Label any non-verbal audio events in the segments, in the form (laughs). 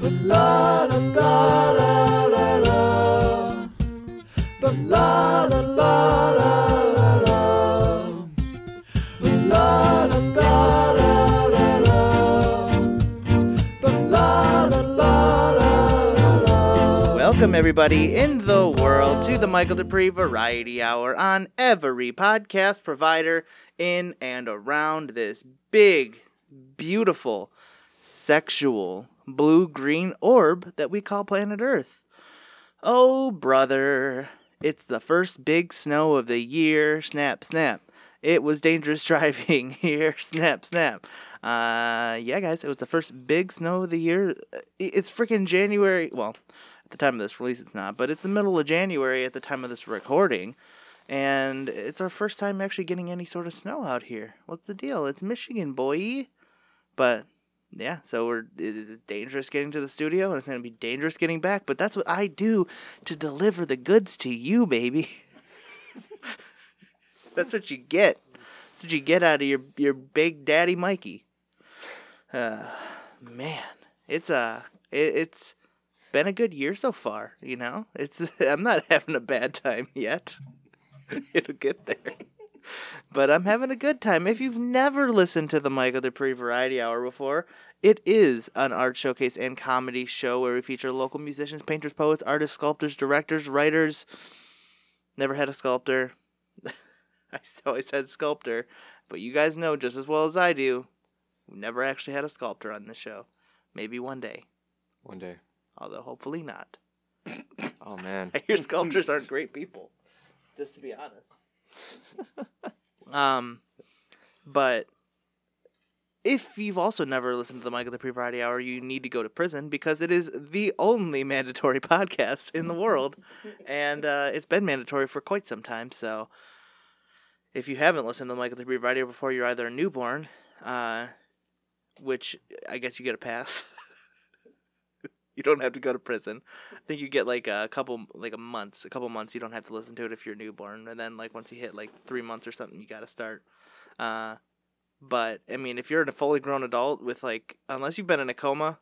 la la la la la la. But la la la la la la. But la la la la la la. But la la la la la la. Welcome, everybody, in the world to the Michael Dupree Variety Hour on every podcast provider in and around this big, beautiful, sexual blue green orb that we call planet Earth. Oh, brother, it's the first big snow of the year. Snap, snap. It was dangerous (laughs) driving here. Snap, snap. Uh, yeah, guys, it was the first big snow of the year. Uh, It's freaking January. Well, at the time of this release, it's not, but it's the middle of January at the time of this recording. And it's our first time actually getting any sort of snow out here. What's the deal? It's Michigan, boy. But yeah, so we're it is dangerous getting to the studio, and it's gonna be dangerous getting back. But that's what I do to deliver the goods to you, baby. (laughs) that's what you get. That's what you get out of your your big daddy, Mikey. Uh, man, it's uh, it, it's been a good year so far. You know, it's (laughs) I'm not having a bad time yet. (laughs) It'll get there but I'm having a good time. If you've never listened to the Michael Dupree Variety Hour before, it is an art showcase and comedy show where we feature local musicians, painters, poets, artists, sculptors, directors, writers. Never had a sculptor. (laughs) I s- always said sculptor, but you guys know just as well as I do, we never actually had a sculptor on the show. Maybe one day, One day. although hopefully not. Oh (laughs) man. I hear sculptors aren't great people. Just to be honest. (laughs) um, but if you've also never listened to the Michael Dupree Variety Hour, you need to go to prison because it is the only (laughs) mandatory podcast in the world, and uh, it's been mandatory for quite some time. So, if you haven't listened to the Michael Dupree Variety Hour before, you're either a newborn, uh, which I guess you get a pass. (laughs) you don't have to go to prison. I think you get like a couple, like a months, a couple months. You don't have to listen to it if you're newborn, and then like once you hit like three months or something, you got to start. Uh, but I mean, if you're a fully grown adult with like, unless you've been in a coma,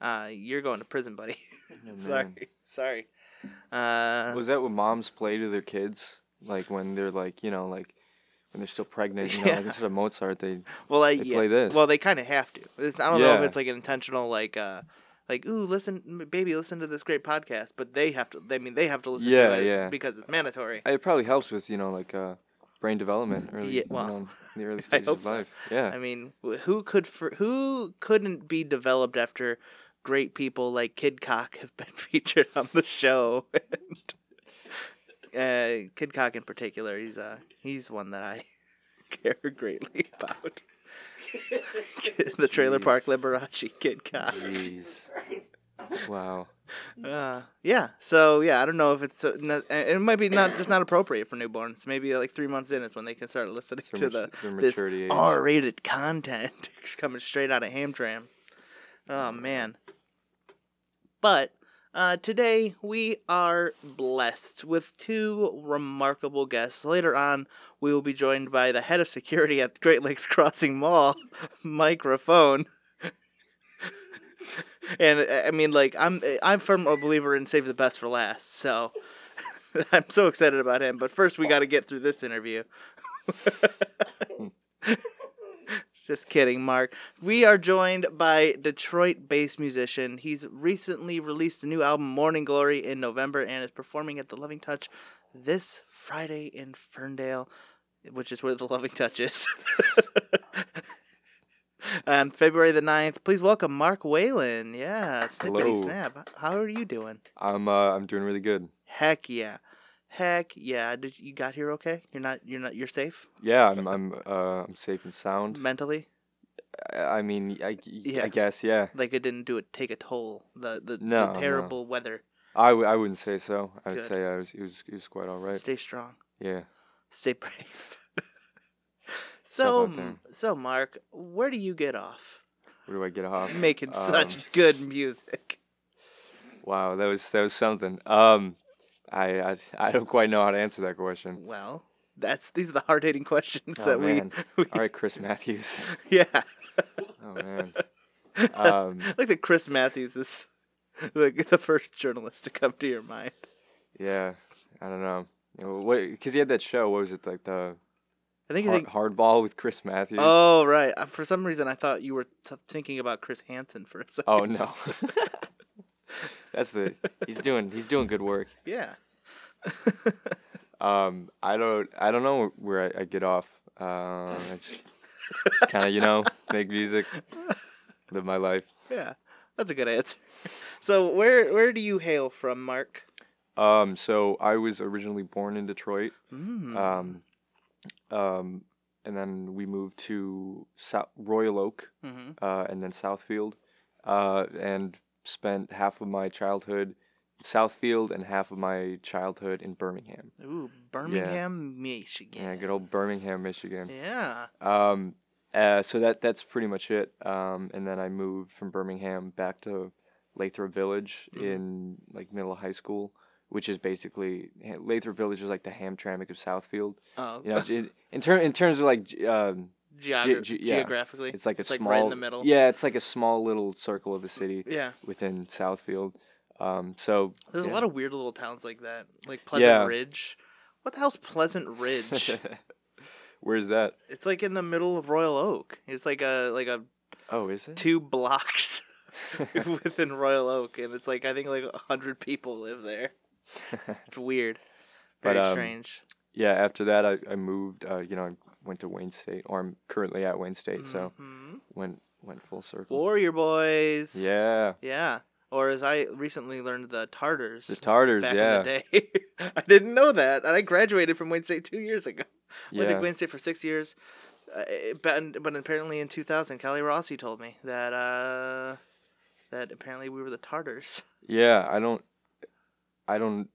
uh, you're going to prison, buddy. (laughs) Oh, man. sorry, sorry. Uh, Was that what moms play to their kids? Like when they're like, you know, like when (laughs) they're still pregnant, you know, Yeah. like instead of Mozart, they well, I, they yeah, play this. Well, they kind of have to. It's, I don't know if Yeah. it's like an intentional like. uh like ooh, listen, m- baby, listen to this great podcast, but they have to. I mean, they have to listen Yeah, to it yeah. because it's mandatory. it probably helps with, you know, like uh brain development early Yeah, you well, know, in (laughs) the early stages hope of so. life. Yeah. I mean, wh- who could for, who couldn't be developed after great people like Kid Cock have been (laughs) featured on the show? and, uh, Kid Cock in particular, he's uh he's one that I (laughs) care greatly about. (laughs) the Trailer Jeez. Park Liberace Kid (laughs) Cock. Jeez. (laughs) Wow. Uh, yeah. So yeah, I don't know if it's so, no- and it might be not just not appropriate for newborns. Maybe like three months in is when they can start listening to Their the mat- their this maturity age. R-rated content (laughs) coming straight out of Hamtram. Oh man. But uh, today we are blessed with two remarkable guests. Later on, we will be joined by the head of security at Great Lakes Crossing Mall, (laughs) Microphone. (laughs) and uh, I mean, like I'm I'm firm a believer in save the best for last. So (laughs) I'm so excited about him. But first, we got to get through this interview. (laughs) Just kidding, Mark. We are joined by Detroit based musician. He's recently released a new album, Morning Glory, in November and is performing at the Loving Touch this Friday in Ferndale, which is where the Loving Touch is. (laughs) On February the 9th, please welcome Mark Whalen. Yeah, snippity Hello. snap. How are you doing? I'm uh I'm doing really good. Heck yeah. Heck yeah. Did you got here okay? You're not you're not you're safe Yeah, I'm (laughs) I'm uh I'm safe and sound. mentally? I, I mean, I, Yeah. I guess yeah. Like it didn't do it take a toll. The the, No, the no. terrible weather. I, w- I wouldn't say so. I would Good. say I was it was it was quite all right. Stay strong. Yeah. Stay brave. (laughs) so about that? m- so Mark, where do you get off (laughs) Where do I get off? making Um, such good music? Wow, that was that was something. Um, I I, I don't quite know how to answer that question. Well, that's these are the hard hitting questions Oh, that (laughs) we, man. we (laughs) All right, Chris Matthews. yeah. Oh man, Um, I like that Chris Matthews is (laughs) like the first journalist to come to your mind. yeah, I don't know. You know, What? Because he had that show. What was it like the I think you hard, think. Hardball with Chris Matthews? Oh right. Uh, For some reason, I thought you were t- thinking about Chris Hansen for a second. Oh, no. (laughs) That's the he's doing he's doing good work. (laughs) Yeah. Um, I don't I don't know where I, I get off. Um, I just, just kind of you know make music, live my life. Yeah. That's a good answer. (laughs) So where where do you hail from, Mark? Um, so I was originally born in Detroit. Mm. Um, um, and then we moved to Sou- Royal Oak, hmm uh, and then Southfield, uh, and spent half of my childhood in Southfield and half of my childhood in Birmingham. Ooh, Birmingham, Michigan. Yeah, good old Birmingham, Michigan. Yeah. Um, uh, so that that's pretty much it. Um, and then I moved from Birmingham back to Lathrop Village Mhm. in like middle of high school, which is basically Ha- Lathrop Village is like the Hamtramck of Southfield. Oh, You know, in, in ter- in terms of like ge- um, (laughs) geogra- ge- yeah. geographically, it's like a it's like small right in the middle. yeah, it's like a small little circle of a city yeah. within Southfield. Um, so There's yeah. a lot of weird little towns like that, like Pleasant Yeah. Ridge. What the hell's Pleasant (laughs) Ridge? Where's that? it's like in the middle of Royal Oak. It's like a like a Oh, is it? two blocks (laughs) within Royal Oak, and it's like I think like a hundred people live (laughs) there. It's weird, But, very um, strange. yeah, after that, I, I moved. Uh, you know, I went to Wayne State, or I'm currently at Wayne State, so Mhm. went went full circle. Warrior Boys. Yeah, Yeah. Or as I recently learned, the Tartars. the Tartars. back yeah, in the day. (laughs) I didn't know that, and I graduated from Wayne State two years ago. (laughs) I went yeah. to Wayne State for six years, uh, it- but but apparently in 2000, Callie Rossi told me that uh, that apparently we were the Tartars. (laughs) yeah. I don't, I don't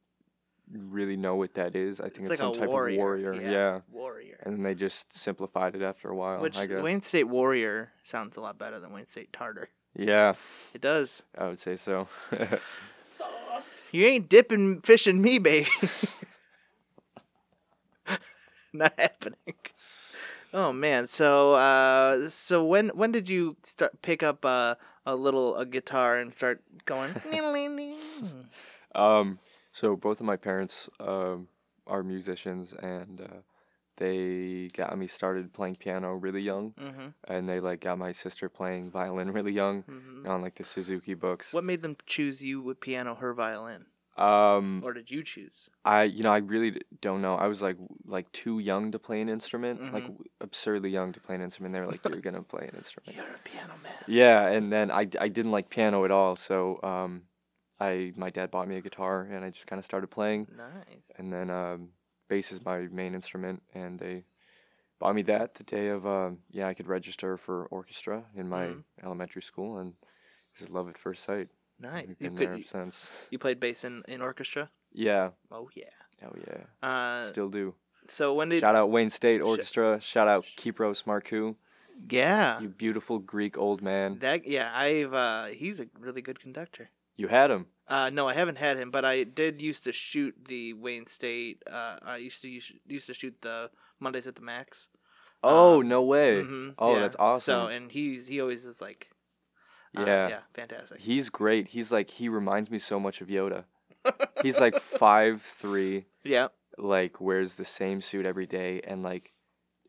really know what that is. I think it's, It's like some a type warrior, of warrior. yeah. Yeah. Warrior. and they just simplified it after a while. Which I guess. Wayne State Warrior sounds a lot better than Wayne State Tartar. Yeah, It does. I would say so. (laughs) Sauce. You ain't dipping fishing me, baby. (laughs) Not happening. Oh man. So uh so when when did you start pick up uh, a little a guitar and start (laughs) going um, so both of my parents um, are musicians, and uh, they got me started playing piano really young. hmm and they like got my sister playing violin really young hmm on like the Suzuki books. What made them choose you with piano her violin? Um, Or did you choose? I you know I really d- don't know. I was like w- like too young to play an instrument, like Mhm. w- absurdly young to play an instrument. They were like, "You're gonna play an (laughs) instrument." You're a piano man. Yeah, and then I d- I didn't like piano at all, so um, I my dad bought me a guitar and I just kind of started playing, Nice. and then um, bass is my main instrument, and they. Bought me that the day of um, yeah I could register for orchestra in my Mhm. elementary school and just love at first sight. Nice. We've You, been there could, since. you played bass in, in orchestra? Yeah. Oh yeah. Oh yeah. Uh, Still do. so when did Shout out Wayne State Sh- Orchestra. Shout out Kypros Markou. Yeah. You beautiful Greek old man. That yeah, I've uh he's a really good conductor. You had him. Uh no, I haven't had him, but I did used to shoot the Wayne State. Uh I used to use, used to shoot the Mondays at the Max. Oh Um, no way. Mhm, Oh, yeah. that's awesome. So and he's he always is like uh, Uh-huh. yeah. yeah, fantastic. He's great. He's like he reminds me so much of (laughs) Yoda. He's like five three. yeah. Like wears the same suit every day and like.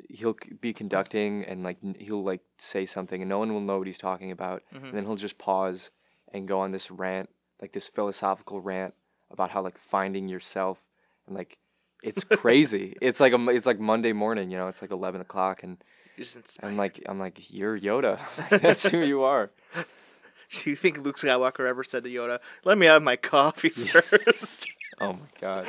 He'll c- be conducting and like n- he'll like say something and no one will know what he's talking about mhm. and then he'll just pause and go on this rant, like this philosophical rant about how like finding yourself and like it's crazy. it's like a, mo- it's like Monday morning, you know. It's like eleven o'clock, and Just inspired. I'm like I'm like you're Yoda. (laughs) That's who you are. Do (laughs) you think Luke Skywalker ever said to Yoda, "Let me have my (laughs) coffee first (laughs) Oh my god.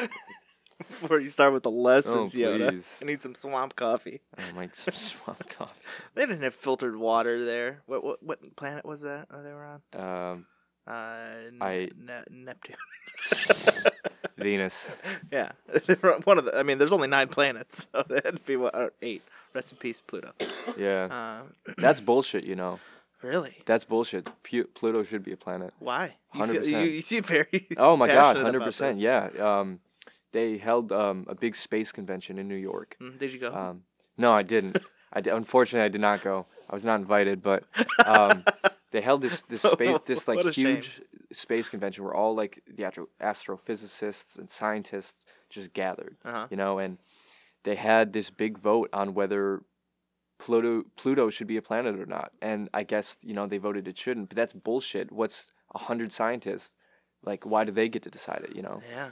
before you start with the Oh lessons, Yoda? please. I need some swamp coffee." I'm like some (laughs) swamp coffee. They didn't have filtered water there. What what what planet was that that they were on? Um, Uh, N- I- Ne- Neptune. (laughs) Venus. yeah, (laughs) They were on one of the. I mean, there's only nine planets, (laughs) so that would be what, or eight. Rest in peace, Pluto. Yeah, Um, that's bullshit. You know, really? that's bullshit. Pu- Pluto should be a planet. Why? You, feel, 100%. you, you seem very. (laughs) Oh my god, passionate hundred about percent. this. Yeah. Um, they held um a big space convention in New York. Mm, Did you go? (laughs) Uh, Um, no, I didn't. I di- unfortunately I did not go. I was not invited, but um, they held this this space this (laughs) like What a shame. huge space convention where all like the astro- astrophysicists and scientists just gathered Uh-huh. you know and they had this big vote on whether pluto pluto should be a planet or not and i guess you know they voted it shouldn't but that's bullshit what's a hundred scientists like why do they get to decide it you know Yeah.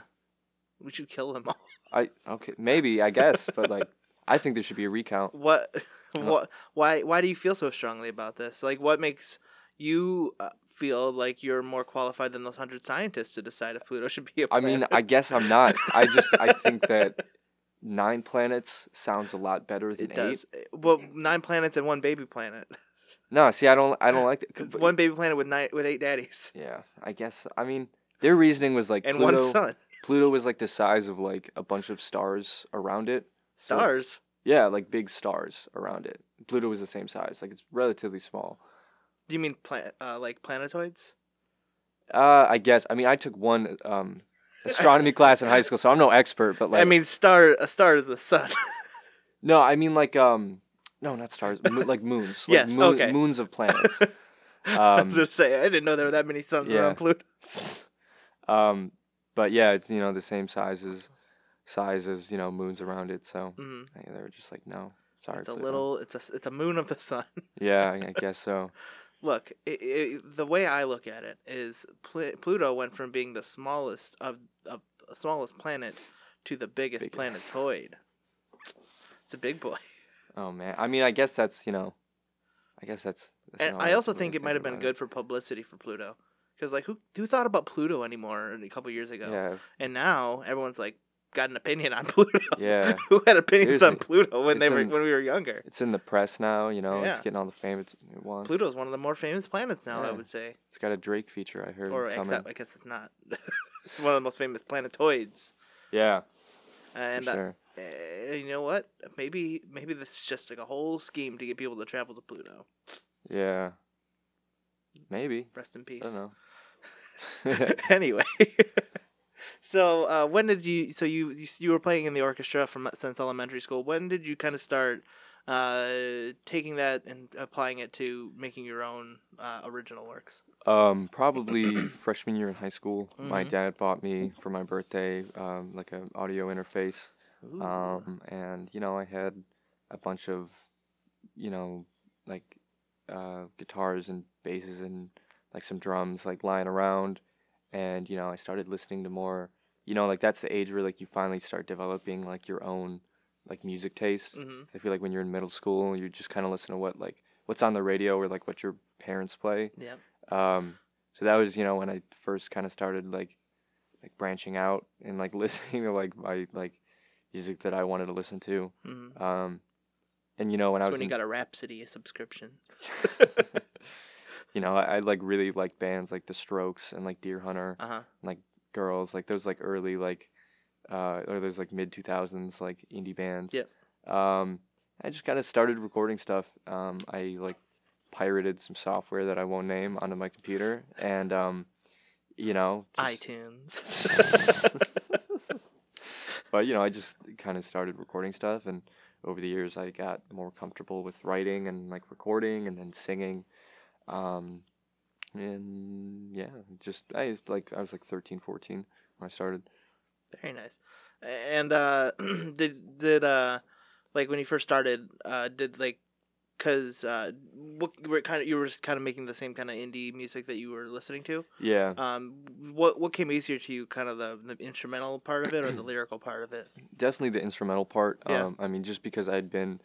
We should kill them all. (laughs) i okay maybe i guess but like i think there should be a recount What? Uh, What? Why? Why do you feel so strongly about this? Like, what makes you uh, feel like you're more qualified than those hundred scientists to decide if Pluto should be a i planet? mean i guess i'm not i just i think that nine planets sounds a lot better than it eight does. Eh, Well, nine planets and one baby planet. (laughs) No, see, I don't, I don't like that. one baby planet with nine with eight daddies (laughs) Yeah, I guess. I mean, their reasoning was like and Pluto. one son. Pluto was like the size of like a bunch of stars around it. So, like, Stars. yeah, like big stars around it. Pluto was the same size. Like it's relatively small. Do you mean plan- uh, like planetoids? Uh, I guess. I mean, I took one um, astronomy class in high school, so I'm no expert. But like, (laughs) I mean, star. A star is the sun. (laughs) no, I mean like um, no, not stars, mo- like moons. Like Yes, moon- okay. Moons (laughs) of planets. I Um, was just saying. I didn't know there were that many suns yeah. around Pluto. um, but yeah, it's you know the same sizes, size as you know moons around it. So hmm I- they were just like, no, sorry. It's a Pluto." little. It's a. It's a moon of the sun. (laughs) Yeah, I I guess so. Look, i i the way I look at it is Pl- Pluto went from being the smallest of, of smallest planet to the biggest Big- planetoid. It's a big boy, Oh man. I mean, I guess that's you know, I guess that's. that's and how I also really think it might have been about good for publicity for Pluto, because like who who thought about Pluto anymore a couple years ago, Yeah, and now everyone's like got an opinion on (laughs) Pluto. yeah. who had opinions on Seriously. Pluto when they It's were an- when we were younger? It's in the press now. You know, it's Yeah. getting all the fame it's, it wants. Pluto's one of the more famous planets now, I Yeah. would say, It's got a Drake feature. I heard or coming. except I guess it's not. (laughs) it's one of the most famous planetoids, Yeah, and for uh, sure. Uh, you know what? Maybe maybe this is just like a whole scheme to get people to travel to Pluto. Yeah. Maybe. Rest in I peace. don't know. (laughs) (laughs) anyway, so uh, when did you? So you you s- you were playing in the orchestra from since elementary school. When did you kind of start uh, taking that and applying it to making your own uh, original works? Um, probably freshman year in high school, my Mhm. dad bought me for my birthday um, like an audio interface, Ooh. um, and you know I had a bunch of, you know, like uh, guitars and basses and like some drums like lying around, and you know I started listening to more, you know, like that's the age where like you finally start developing like your own like music taste. Mhm. I feel like when you're in middle school, you just kind of listen to what like what's on the radio or like what your parents play. Yep. Um, so that was, you know, when I first kind of started like like branching out and like (laughs) listening to like my like music that I wanted to listen to. hmm Um, and you know when I That's was when you in- got a Rhapsody subscription. (laughs) (laughs) you know I, I like really liked bands like The Strokes and like Deer Hunter, Uh huh. Girls, like those like early like uh or those like mid 2000s like indie bands. Yep. Um, I just kind of started recording stuff. Um, I like pirated some software that I won't name onto my computer and um you know just- iTunes. but you know, I just kind of started recording stuff, and over the years, I got more comfortable with writing and like recording and then singing. Um, and yeah, just I was like I was like 13, 14 when I started. Very nice. And uh, (clears throat) did did uh, like when you first started, uh, did like, cause uh, what you were kind of you were just kind of making the same kind of indie music that you were listening to. Yeah, Um, what what came easier to you, kind of the, the instrumental part of it or the lyrical part of it? definitely the instrumental part. Yeah. Um, I mean, just because I had been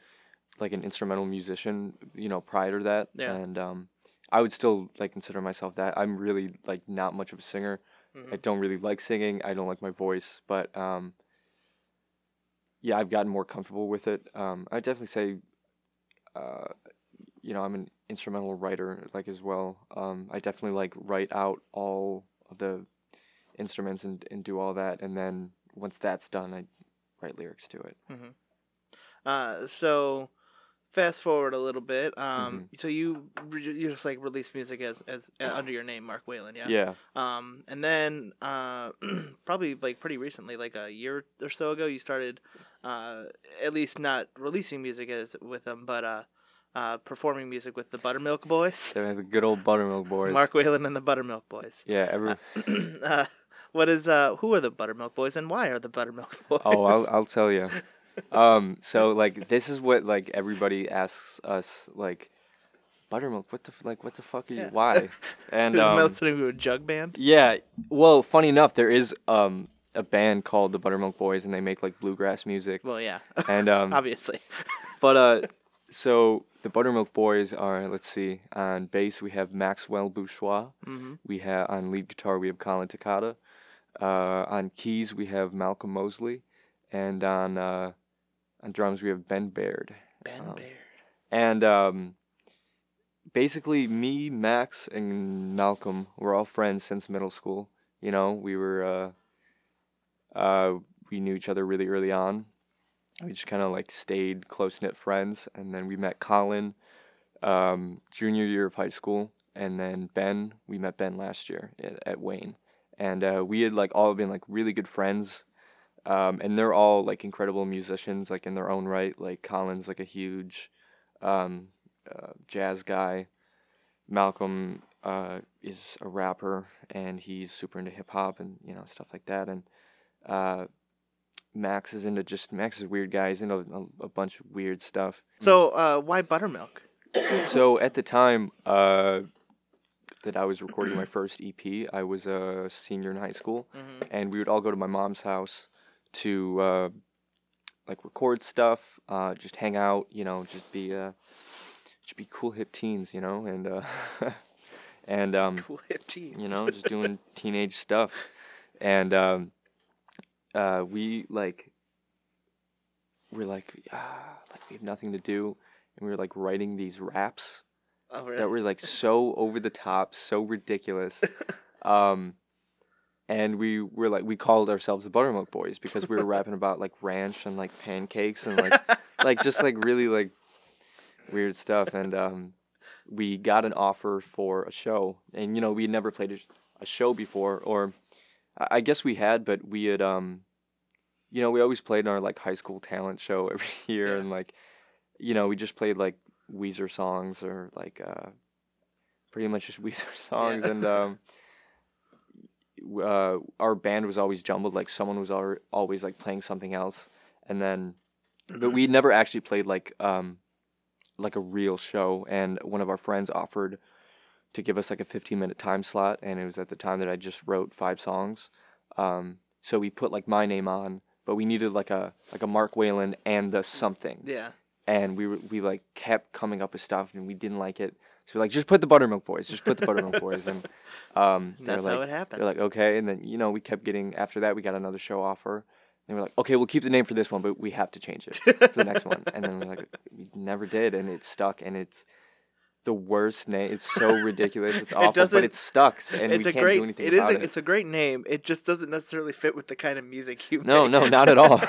like an instrumental musician, you know, prior to that, Yeah. and um, I would still like consider myself that. I'm really like not much of a singer. I Mhm. don't really like singing. I don't like my voice, but um, yeah, I've gotten more comfortable with it. Um, I definitely say, uh, you know, I'm an instrumental writer, like as well. Um, I definitely like write out all of the instruments and, and do all that, and then once that's done, I write lyrics to it. Uh, so fast forward a little bit. Um, so you re- you just like released music as as uh, under your name, Mark Whalen. Yeah. Yeah, Um, and then uh, (clears throat) probably like pretty recently, like a year or so ago, you started uh, at least not releasing music as with them, but uh, uh, performing music with the Buttermilk Boys, They have the good old buttermilk boys. Mark Whalen and the Buttermilk Boys. Yeah, every. uh, what is uh, who are the Buttermilk Boys and why are the Buttermilk (laughs) Boys? oh, I'll I'll tell you. Um, so like this is what like everybody asks us like, buttermilk. What the f- like? What the fuck are you? Yeah. Why? (laughs) And Is um, Mel Tony Blue a jug band. Yeah. Well, funny enough, there is um a band called the Buttermilk Boys, and they make like bluegrass music. Well, yeah, (laughs) And um, obviously. but uh, so the Buttermilk Boys are let's see, on bass we have Maxwell Bourgeois. Mhm. We have on lead guitar we have Colin Takata. Uh, on keys we have Malcolm Mosley, and on uh, on drums we have Ben Baird. Ben Um, Baird. And um, basically, me, Max, and Malcolm were all friends since middle school. You know, we were uh, uh, we knew each other really early on. We just kind of like stayed close knit friends, and then we met Colin um, junior year of high school, and then Ben. We met Ben last year at, at Wayne, and uh, we had like all been like really good friends. Um, and they're all like incredible musicians, like in their own right. Like Colin's like a huge um, uh, jazz guy. Malcolm uh, is a rapper and he's super into hip hop and you know stuff like that. And uh, Max is into just Max is a weird guy. He's into a, a bunch of weird stuff. So uh, why Buttermilk? So at the time uh, that I was recording my first EP, I was a senior in high school, Mhm. and we would all go to my mom's house to uh, like record stuff, uh, just hang out, you know, just be uh, just be cool hip teens, you know, and uh, (laughs) and um, (laughs) Cool hip teens. you know, just doing teenage stuff. And um, uh, we like, we're like, ah, like we have nothing to do, and we were like writing these raps Oh, really? that were like so over the top, so ridiculous. Um, and we were like, we called ourselves the Buttermilk Boys because we were rapping about like ranch and like pancakes and like, like just like really like weird stuff. And um, we got an offer for a show, and you know we had never played a, a show before, or I I guess we had, but we had um, you know, we always played in our like high school talent show (laughs) every year, Yeah. and like, you know, we just played like Weezer songs or like uh, pretty much just (laughs) Weezer songs, and um, w- uh, our band was always jumbled. Like someone was al- always like playing something else, and then, but we never actually played like um, like a real show. And one of our friends offered to give us like a 15 minute time slot, and it was at the time that I just wrote five songs. Um, so we put like my name on, but we needed like a like a Mark Whalen and the something Yeah. and we were, we like kept coming up with stuff and we didn't like it. So we're like, just put the buttermilk boys, just put the buttermilk boys, and um, they're That's like, how it happened. they're like, okay, and then you know we kept getting after that we got another show offer. And we're like, okay, we'll keep the name for this one, but we have to change it for the next one. And then we're like, (laughs) we never did, and it stuck, and it's the worst name. It's so ridiculous. (laughs) It's It awful, but doesn't- it stuck, and we it's a can't great. do anything it is. about A, it. It's a great name. It just doesn't necessarily fit with the kind of music you. no, make. no, not at all.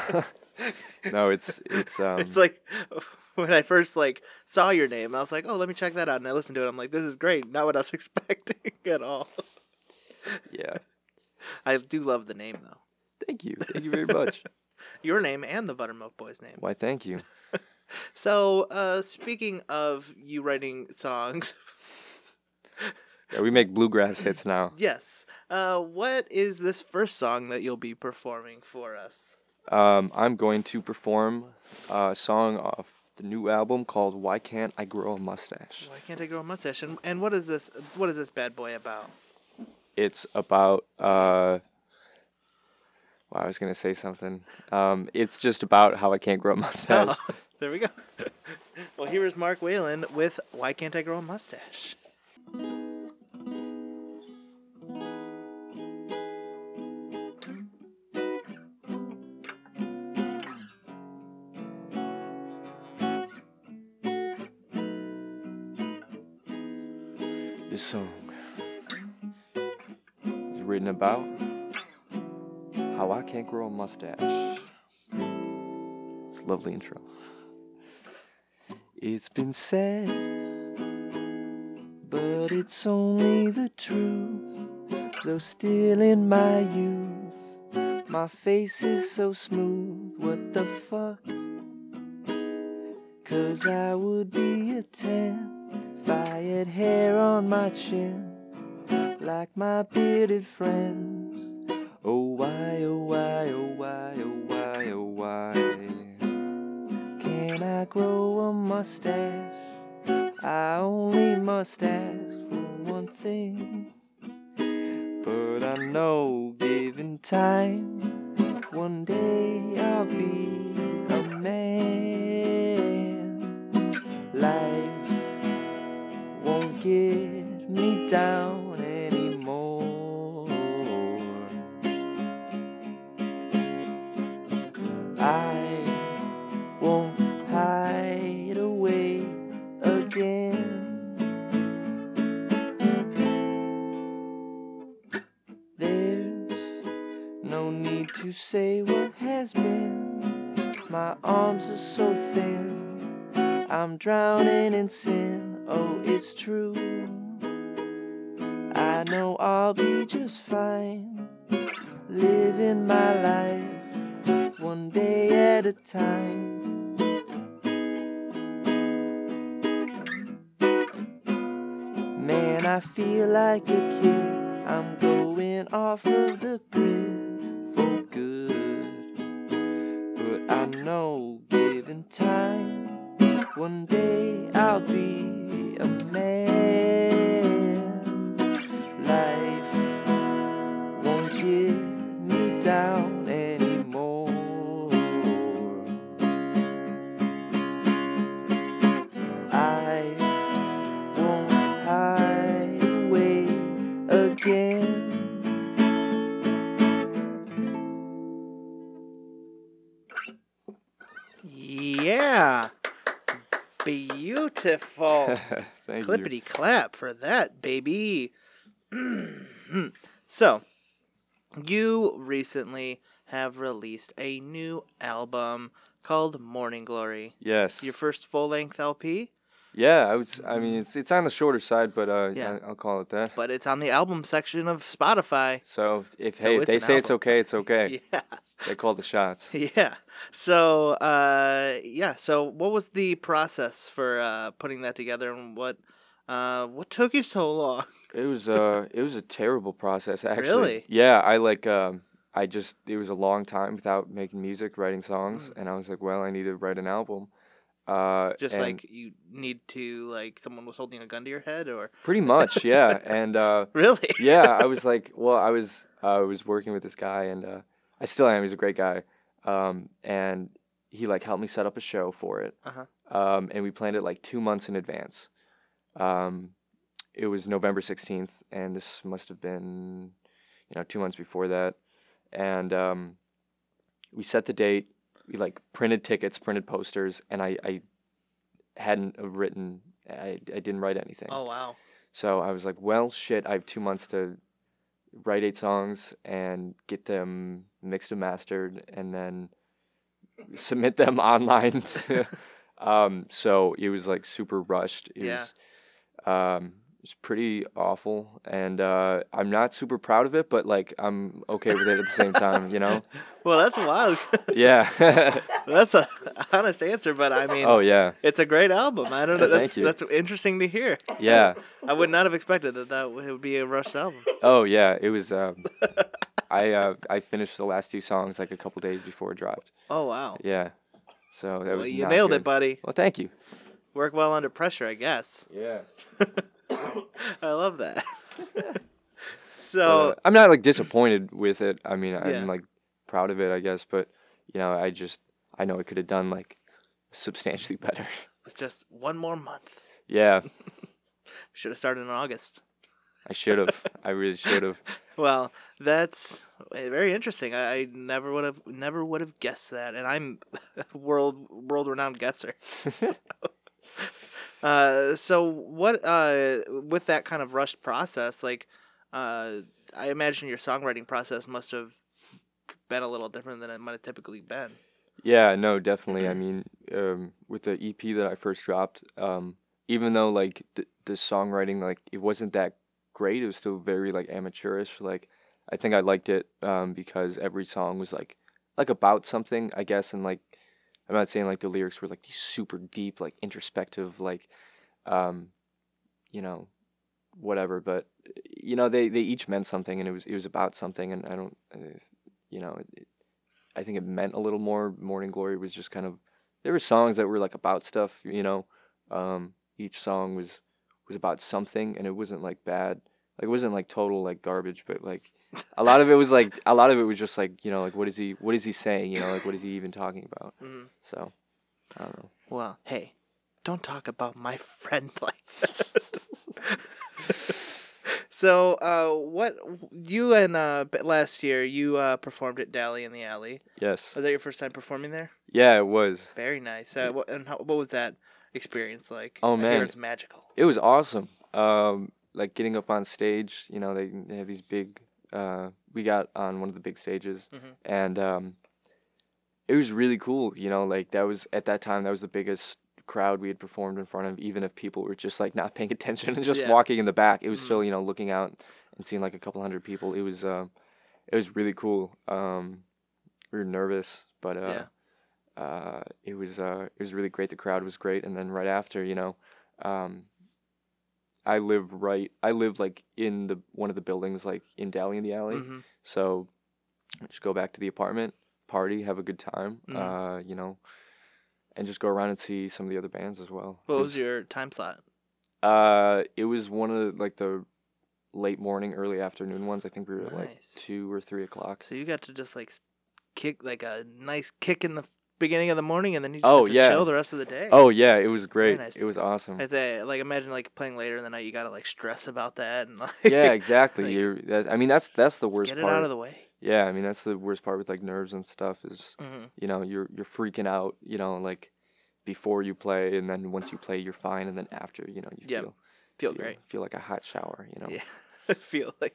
(laughs) no, it's it's um, (laughs) it's like (laughs) when I first like saw your name, I was like, "Oh, let me check that out." And I listened to it. I'm like, "This is great." Not what I was (laughs) expecting at all. yeah. I do love the name though. Thank you, thank you very (laughs) much. Your name and the Buttermilk Boy's name. Why, thank you. So, uh, speaking of you writing songs, (laughs) Yeah, we make bluegrass hits now. yes. Uh, what is this first song that you'll be performing for us? Um, I'm going to perform a song off the new album called "Why Can't I Grow a Mustache." Why can't I grow a mustache? And, and what is this? What is this bad boy about? It's about. Uh, well, I was gonna say something. Um, it's just about how I can't grow (laughs) a mustache. Oh, (laughs) there we go. well, here is Mark Whalen with "Why Can't I Grow a Mustache." This song is written about how I can't grow a mustache. It's a lovely intro. It's been said, but it's only the truth. Though still in my youth, my face is so smooth. What the fuck? Cause I would be a ten if I had hair on my chin, like my bearded friends. Oh, why, oh, why, oh, why, oh, why, oh, why? Can I grow a mustache? I only must ask for one thing. But I know, given time, one day I'll be a man. Life won't get me down anymore. I won't hide away again. There's no need to say what has been. My arms are so thin. I'm drowning in sin. Oh, it's true. I know I'll be just fine. Living my life one day at a time. Man, I feel like a kid. I'm going off of the grid for good. But I know, given time, one day I'll be a man. Life won't get me down anymore. I won't hide away again. Yeah. (laughs) Beautiful. (laughs) Thank Clippity clap for that, baby. Mm-hmm. so, you recently have released a new album called Morning Glory. Yes. Your first full length LP, yeah, I was. I mean, it's it's on the shorter side, but uh, Yeah. I, will call it that. but it's on the album section of Spotify. So if So hey, it's if they an say it's album. okay, it's okay. (laughs) Yeah. They call the shots. (laughs) Yeah. So, uh, yeah. So, what was the process for uh, putting that together, and what uh, what took you so long? (laughs) It was uh it was a terrible process actually. Really? Yeah, I like um I just it was a long time without making music, writing Mm. songs, and I was like, well, I need to write an album. Uh Just and like you need to like someone was holding a gun to your head, or (laughs) pretty much, yeah. and uh really? yeah, I was like, well, I was I was working with this guy, and uh, I still am. He's a great guy, um, and he like helped me set up a show for it, Uh-huh. um, and we planned it like two months in advance. Um, it was November sixteenth, and this must have been, you know, two months before that, and um, we set the date. We like printed tickets, printed posters, and I, I hadn't written. I, I didn't write anything. Oh wow. So I was like, well, shit, I have two months to write eight songs and get them mixed and mastered and then submit them (laughs) online. to- um, so it was like super rushed. It Yeah. was, um, it was pretty awful. And uh, I'm not super proud of it, but like I'm okay with it at the same time, you know? Well, that's wild. (laughs) Yeah. (laughs) that's a (laughs) honest answer, but I mean, oh, yeah. it's a great album. I don't know. Thank That's you. that's interesting to hear. Yeah. I would not have expected that that would be a rushed album. Oh, yeah. It was. Um, I uh, I finished the last two songs like a couple days before it dropped. Oh wow. Yeah. So that Well, was you not nailed good. it, buddy. Well, thank you. Work well under pressure, I guess. Yeah. I love (laughs) that. (laughs) so uh, I'm not like disappointed with it. I mean, I'm Yeah. like proud of it, I guess, but you know, I just I know I could have done like substantially (laughs) better. it's just one more month. yeah, Should have started in August. I should have. I really should have. Well, that's eh, very interesting. I, I never would have never would have guessed that, and I'm (laughs) a world world renowned guesser. (laughs) Uh, so what uh, with that kind of rushed process, like uh, I imagine your songwriting process must have been a little different than it might have typically been. Yeah, no, definitely. I mean, um, with the EP that I first dropped, um, even though like the, the songwriting, like it wasn't that great, it was still very like amateurish. Like I think I liked it um, because every song was like like about something, I guess, and like I'm not saying like the lyrics were like these super deep, like introspective, like, um, you know, whatever. But you know, they they each meant something, and it was it was about something. And I don't, uh, you know, it, it, I think it meant a little more. Morning Glory was just kind of there were songs that were like about stuff. You know, um, each song was was about something, and it wasn't like bad. Like it wasn't like total like garbage, but like a lot of it was like a lot of it was just like you know like what is he what is he saying you know like what is he even talking about Mhm. so I don't know Well, hey, don't talk about my friend (laughs) like that. so, uh, what you and uh, b- last year you uh, performed at Dally in the Alley. yes Was that your first time performing there? yeah it was Very nice. Uh, what, and how, what was that experience like? Oh, I hear man. it's magical. It was awesome. Um, like getting up on stage, you know, they, they have these big. Uh, we got on one of the big stages, Mhm. and um, it was really cool. You know, like that was at that time that was the biggest crowd we had performed in front of, even if people were just like not (laughs) paying attention and just Yeah. walking in the back. It was Mhm. still you know looking out and seeing like a couple hundred people. It was um, it was really cool. Um, we were nervous, but uh, uh, it was uh, it was really great. The crowd was great, and then right after, you know, um, I live right. I live like in the one of the buildings, like in Dally in the Alley. Mhm. So just go back to the apartment, party, have a good time. Mhm. Uh, you know, and just go around and see some of the other bands as well. What It was your time slot? Uh, it was one of the, like the late morning, early afternoon ones. I think we were at, like Nice. two or three o'clock. So you got to just like s- kick like a nice kick in the beginning of the morning, and then you just Oh, got to yeah. chill the rest of the day. Oh yeah, it was great. nice. It was awesome. I say, like imagine like playing later in the night, you gotta like stress about that and (laughs) like yeah, exactly. Like, You're, that, I mean, that's that's the worst get it part. out of the way. yeah, I mean, that's the worst part with like nerves and stuff is hmm you know you're you're freaking out, you know, like before you play, and then once you play, you're fine, and then after, you know, you Yeah, feel Feel great. (laughs) feel like a hot shower, you know. Yeah. feel like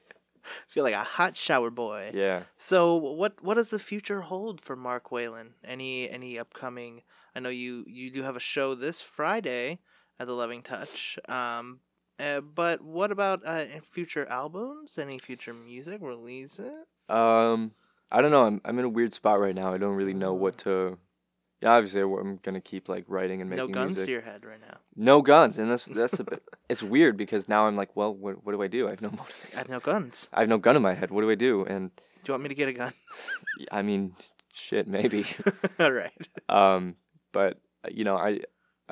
feel like a hot shower boy. (laughs) Yeah. So what what does the future hold for Mark Whalen? Any any upcoming? I know you you do have a show this Friday at the Loving Touch. Um, uh, but what about uh, in future albums? Any future music releases? Um, I don't know. I'm I'm in a weird spot right now. I don't really know what to. Yeah, obviously, I- I'm gonna keep like writing and Mm. no making guns music. to your head right now. No guns, and that's that's (laughs) a bit. It's weird because now I'm like, well, what what do I do? I have no (laughs) I motivation. have no guns. I have no gun in my head. What do I do? And Do you want me to get a gun? (laughs) I mean, shit, maybe. (laughs) All right. um but uh, you know i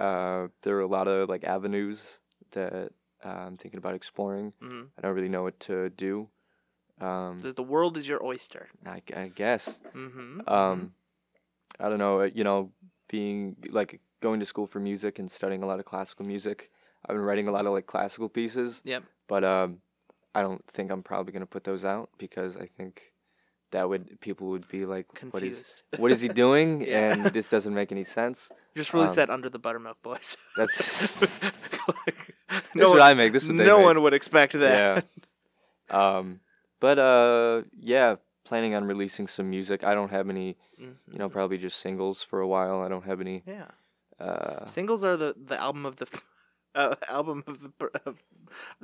uh there are a lot of like avenues that uh, i'm thinking about exploring hmm i don't really know what to do um The, the world is your oyster. I, I guess Mm-hmm. um i don't know uh, you know being like going to school for music and studying a lot of classical music i've been writing a lot of like classical pieces Yep. but um i don't think i'm probably going to put those out because i think that would people would be like what is Confused. what is he doing Yeah. and this doesn't make any sense (laughs) Just release um, that under the buttermilk (laughs) boys. (laughs) That's this no would one, I make. This would they no make. one would expect that. Yeah. Um, but uh, yeah, planning on releasing some music. I don't have any, Mhm. you know, probably just singles for a while. I don't have any. Yeah. Uh, Singles are the the album of the (laughs) uh, album of the pr- of,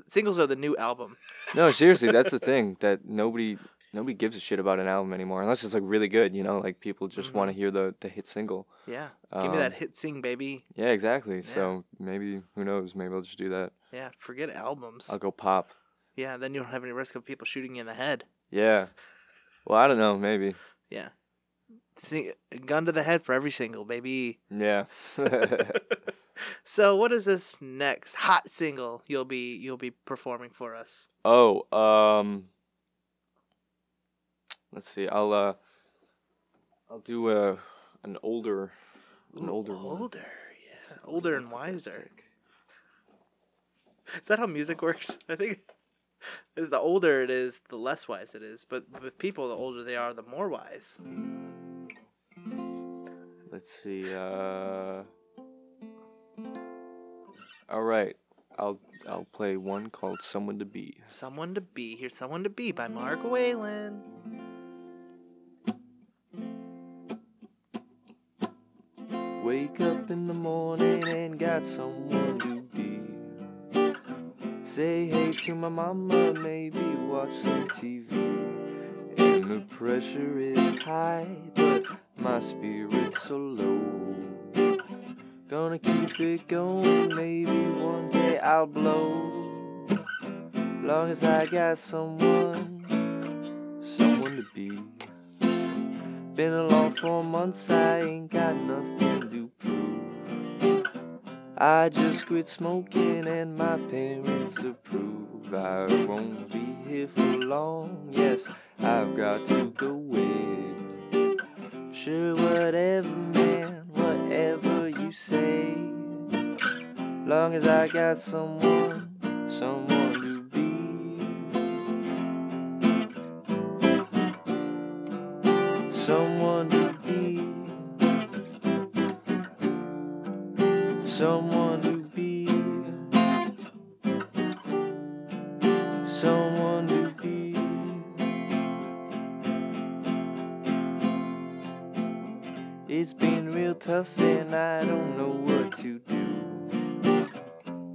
singles are the new album. no, seriously, that's the thing that nobody nobody gives a shit about an album anymore unless it's like really good. You know, like people just Mhm. want to hear the the hit single. Yeah. Give me Um, that hit sing baby. Yeah, exactly. Yeah. So maybe who knows? Maybe I'll just do that. Yeah, forget albums. I'll go pop. Yeah, then you don't have any risk of people shooting you in the head. Yeah. Well, I don't know. Maybe. Sing, gun to the head for every single baby. Yeah. (laughs) So what is this next hot single you'll be you'll be performing for us? Oh, um, let's see. I'll uh, I'll do a an older, an Ooh, older, one. older, yeah, older and wiser. Is that how music works? I think the older it is, the less wise it is. But with people, the older they are, the more wise. Let's see. Uh, all right. I'll I'll play one called "Someone to Be." Someone to be. Here's someone to be by Mark Whalen. Wake up in the morning and got someone to be. Say hey to my mama, maybe watch some TV. And the pressure is high, but my spirits so low. Gonna keep it going, maybe one day I'll blow. Long as I got someone, someone to be. Been along for months, I ain't got nothing to prove. I just quit smoking and my parents approve. I won't be here for long, yes, I've got to go in. Sure, whatever, man, whatever you say. Long as I got someone, someone to be. Someone to be. Someone to be. Someone to be. It's been real tough and I don't know what to do.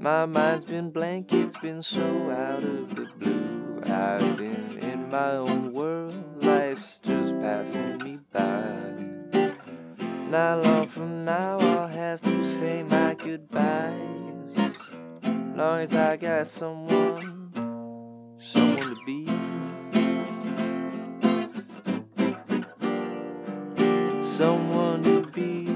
My mind's been blank, it's been so out of the blue. I've been in my own world, life's just passing me by. Not long from now, I'll have to say my goodbyes. Long as I got someone, someone to be. someone to be.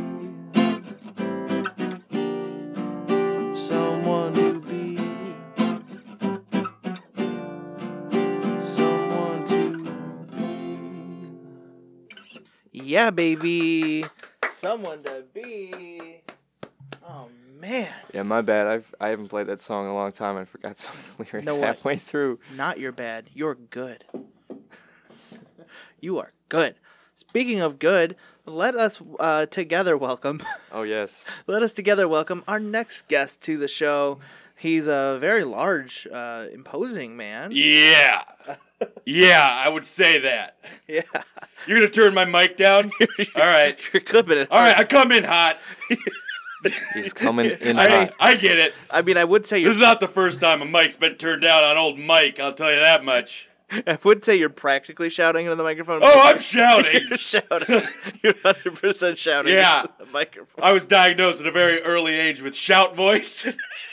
Someone to be. Someone to Yeah, baby. Someone to be. Oh man, Yeah, my bad. I've I haven't played that song in a long time. I forgot (laughs) some of the lyrics No way. halfway through. not your bad. You're good. (laughs) you are good. Speaking of good, let us uh, together welcome. Oh yes. let us together welcome our next guest to the show. He's a very large, uh, imposing man. Yeah. yeah, I would say that. (laughs) Yeah. You're going to turn my mic down? All right. You're clipping it. All right, I come in hot. He's (laughs) coming in I, hot. I get it. I mean, I would say This is you're, not the first time a mic's been turned down on old Mike, I'll tell you that much. I would say you're practically shouting into the microphone. Oh, I'm (laughs) shouting. you're shouting. You're 100 percent shouting. Yeah. into the microphone. I was diagnosed at a very early age with shout voice.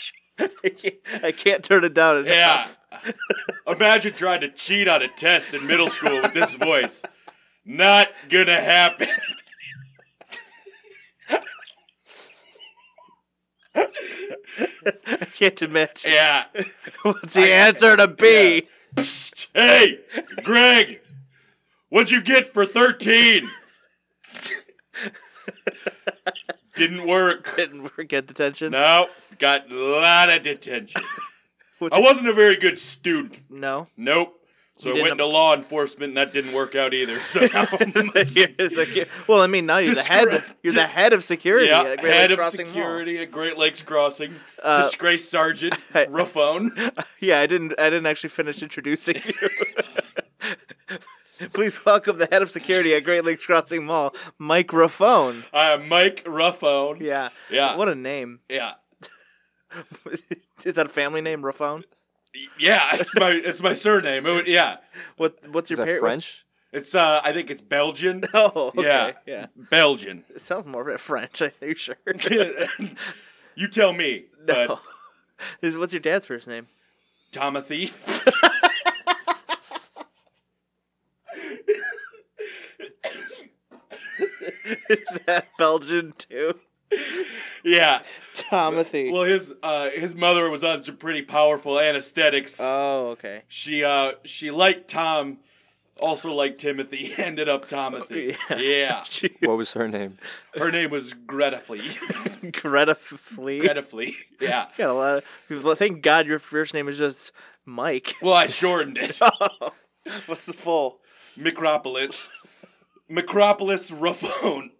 (laughs) I can't, (laughs) I can't turn it down enough. Yeah. Imagine trying to cheat on a test in middle school with this voice. Not gonna happen. (laughs) (laughs) I can't imagine. Yeah. (laughs) What's the answer to B? (laughs) Hey, Greg, what'd you get for 13? (laughs) Didn't work. (laughs) Didn't work at detention. No, got a lot of (laughs) detention. What's- I wasn't a very good student. No. Nope. So You I didn't went into law enforcement and that didn't work out either. (laughs) So (laughs) now I'm a You're the ki- well, I mean, now you're the head. Discre- You're the head of security. yeah, at Great head Lakes of Crossing Mall. security at Great Lakes Crossing, Uh, disgraced (laughs) sergeant I- Raffone. Yeah, I didn't. I didn't actually finish introducing you. (laughs) Please welcome the head of security at Great Lakes Crossing Mall, Microphone. Uh, Mike Raffone. Yeah. Yeah. What a name. (laughs) Yeah. Is that a family name, Raphone? Yeah, it's my it's my surname. It, would- yeah. What What's Is your that parent? French? It's uh I think it's (laughs) Belgian. Oh, okay. Yeah. Yeah. Belgian. It sounds more French. (laughs) Are you sure? (laughs) you tell me. (laughs) uh, No. But Is what's your dad's first name? (laughs) Tomothy. Is that Belgian too? (laughs) yeah. Tomothy. Well, his uh his mother was on some pretty powerful anesthetics. (laughs) oh, okay. she uh she liked Tom, also liked Timothy. (laughs) Ended up Tomothy. Oh, Yeah. Yeah. What was her (laughs) name? Her name was Greta (laughs) Flea. Greta Fleet? Greta Flea. Yeah. Got a lot of people. Thank God your first name is just Mike. Well, I shortened it. (laughs) What's the full? Micropolis. Micropolis Raffone.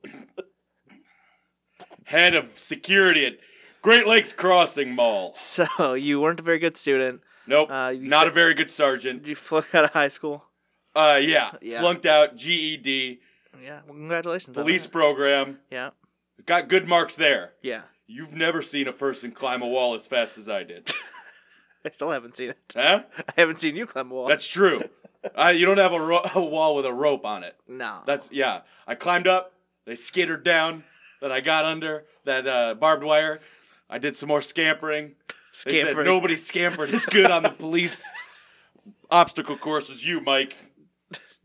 Head of security at Great Lakes Crossing Mall. So you weren't a very good student. Nope. Uh, you not fa- a very good sergeant. You flunked out of high school. Uh, yeah. Yeah. Flunked out, GED, Yeah. Well, congratulations. on police that. program. Yeah. Got good marks there. Yeah. You've never seen a person climb a wall as fast as I did. (laughs) I still haven't seen it. (laughs) Huh? I haven't seen you climb a wall. That's true. Uh, you don't have a, ro- a wall with a rope on it. no. That's, yeah. I climbed up, They skittered down. Then I got under that uh, barbed wire. I did some more scampering. They said Scampering. nobody scampered as good on the police obstacle course as you, Mike.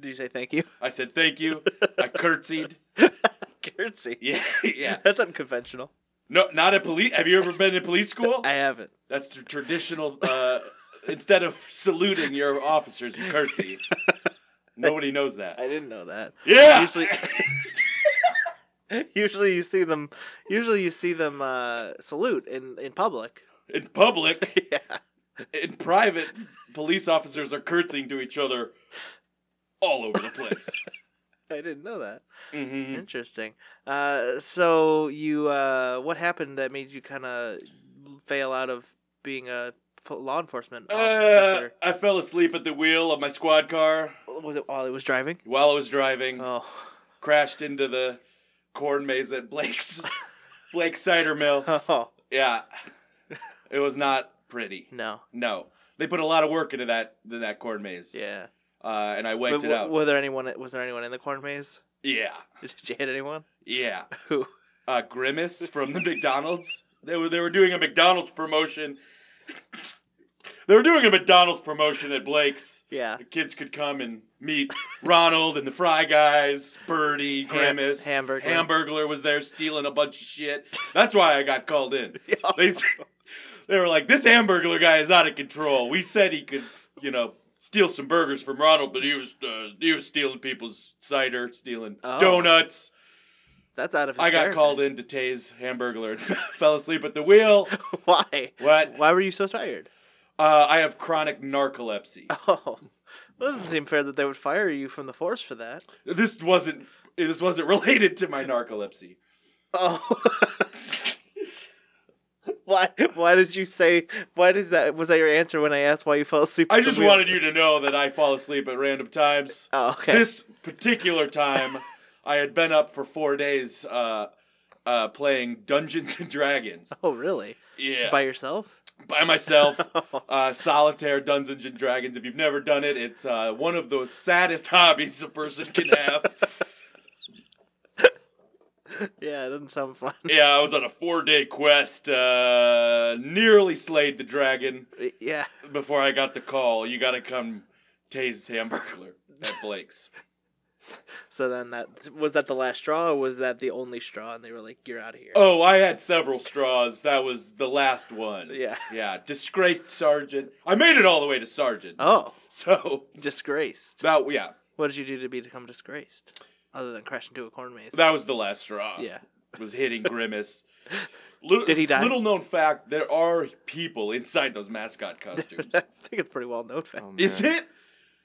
Did you say thank you? (laughs) I said thank you. I curtsied. (laughs) Currency. Yeah, (laughs) yeah. That's unconventional. No, not at police. Have you ever been to police school? I haven't. That's the traditional. Uh, instead of saluting your officers, you (laughs) curtsy. Nobody knows that. I didn't know that. Yeah. (laughs) Usually, usually you see them. Usually you see them uh, salute in in public. (laughs) in public, Yeah. in private, police officers are curtsying to each other all over the place. I didn't know that. Mm-hmm. hmm Interesting. Uh, so you, uh, what happened that made you kind of fail out of being a p- law enforcement Uh, officer? I fell asleep at the wheel of my squad car was it while it was driving? while I was driving. Oh, Crashed into the corn maze at (laughs) Blake's Blake's cider mill. oh (laughs) Yeah, it was not pretty. no. No, they put a lot of work into that into that corn maze. Yeah. uh, and I But wiped it w- out. were there anyone? Was there anyone in the corn maze? (laughs) yeah, Did you hit anyone? yeah. Who? Uh, Grimace from the McDonald's. They were they were doing a McDonald's promotion. they were doing a McDonald's promotion at Blake's. Yeah. The kids could come and meet Ronald and the Fry Guys, Birdie, Ham- Grimace. Hamburglar. Hamburglar was there stealing a bunch of shit. That's why I got called (laughs) in. They, s- they were like, this Hamburglar guy is out of control. We said he could, you know, steal some burgers from Ronald, but he was uh, he was stealing people's cider, stealing Oh. donuts. That's out of. His I got character. called in to tase Hamburglar and (laughs) fell asleep at the wheel. (laughs) Why? What? Why were you so tired? (laughs) Uh, I have chronic narcolepsy. Oh, well, it doesn't seem fair that they would fire you from the force for that. This wasn't this wasn't (laughs) related to my narcolepsy. Oh. why? Why did you say? Why does that? Was that your answer when I asked why you fell asleep? I at the just wheel? wanted you to know that I fall asleep at random times. Oh, okay. This particular time, (laughs) I had been up for four days uh, uh, playing Dungeons and Dragons. oh, really? Yeah, By by, yourself? (laughs) myself, Oh, uh, solitaire Dungeons and Dragons. If you've never done it, it's uh, one of those saddest (laughs) hobbies a person can have. yeah, it doesn't sound fun. (laughs) yeah, I was on a four-day quest. Uh, nearly slayed the dragon yeah. before I got the call. You got to come tase Hamburglar at Blake's. So then that was that the last straw, or was that the only straw? And they were like, "You're out of here." Oh, I had several straws. That was the last one. Yeah. Yeah. Disgraced sergeant. I made it all the way to sergeant. Oh, So disgraced. that yeah, What did you do to be become disgraced, other than crash into a corn maze? that was the last straw. yeah. (laughs) Was hitting grimace. Little, Did he die? Little known fact: there are people inside those mascot (laughs) costumes. I think it's pretty well known fact. Oh, Is man. it?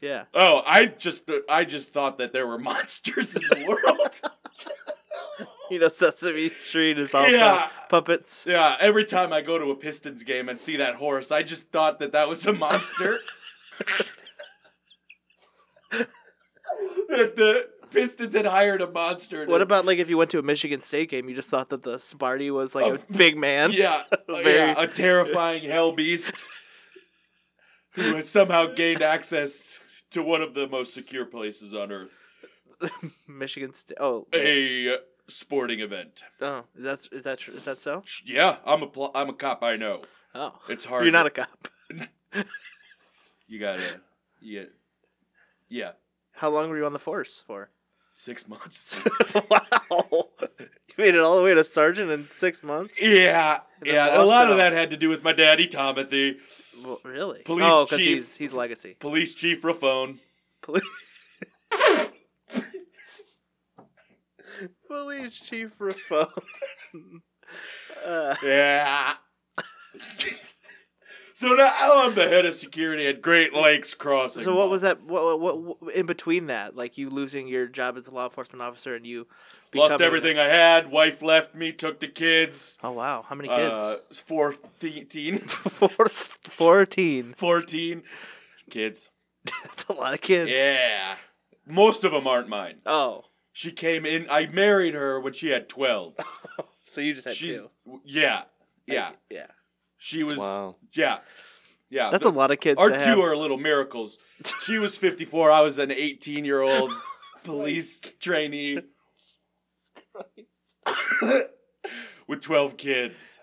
Yeah. Oh, I just I just thought that there were (laughs) monsters in the world. You know, Sesame Street is also Yeah. puppets. yeah. Every time I go to a Pistons game and see that horse, I just thought that that was a monster. that the Pistons had hired a monster. to- What about like if you went to a Michigan State game, you just thought that the Sparty was like Um, (laughs) a big man? Yeah, Very- yeah, a terrifying hell beast who has somehow gained access to one of the most secure places on earth, Michigan State. Oh, a sporting event. oh, is that is that tr- is that so? Yeah, I'm a pl- I'm a cop. I know Oh, it's hard. you're not a cop. You gotta. Yeah. Yeah. How long were you on the force for? (laughs) Six months. wow, you made it all the way to sergeant in six months. yeah. then Yeah. A lost lot it of all. that had to do with my daddy, Timothy, Well, really? Police oh, because chief. he's he's legacy. police chief Rafone. Police. Police chief Rafone. (laughs) uh, Yeah. (laughs) so now oh, I'm the head of security at Great Lakes Crossing. So what was that? What, what, what in between that? Like you losing your job as a law enforcement officer and you Lost becoming- everything I had. Wife left me. Took the kids. Oh wow, how many Uh, (laughs) kids? 14. Four, Fourteen. (laughs) 14 kids. That's a lot of kids. Yeah. Most of them aren't mine. Oh, She came in. I married her when she had 12. so you just had She's two. w- yeah, yeah. Like, yeah. she was Wow. yeah, yeah. That's The- a lot of kids. our to two have. are little (laughs) miracles. She was (laughs) fifty four. I was an eighteen year old police trainee. (laughs) with 12 kids.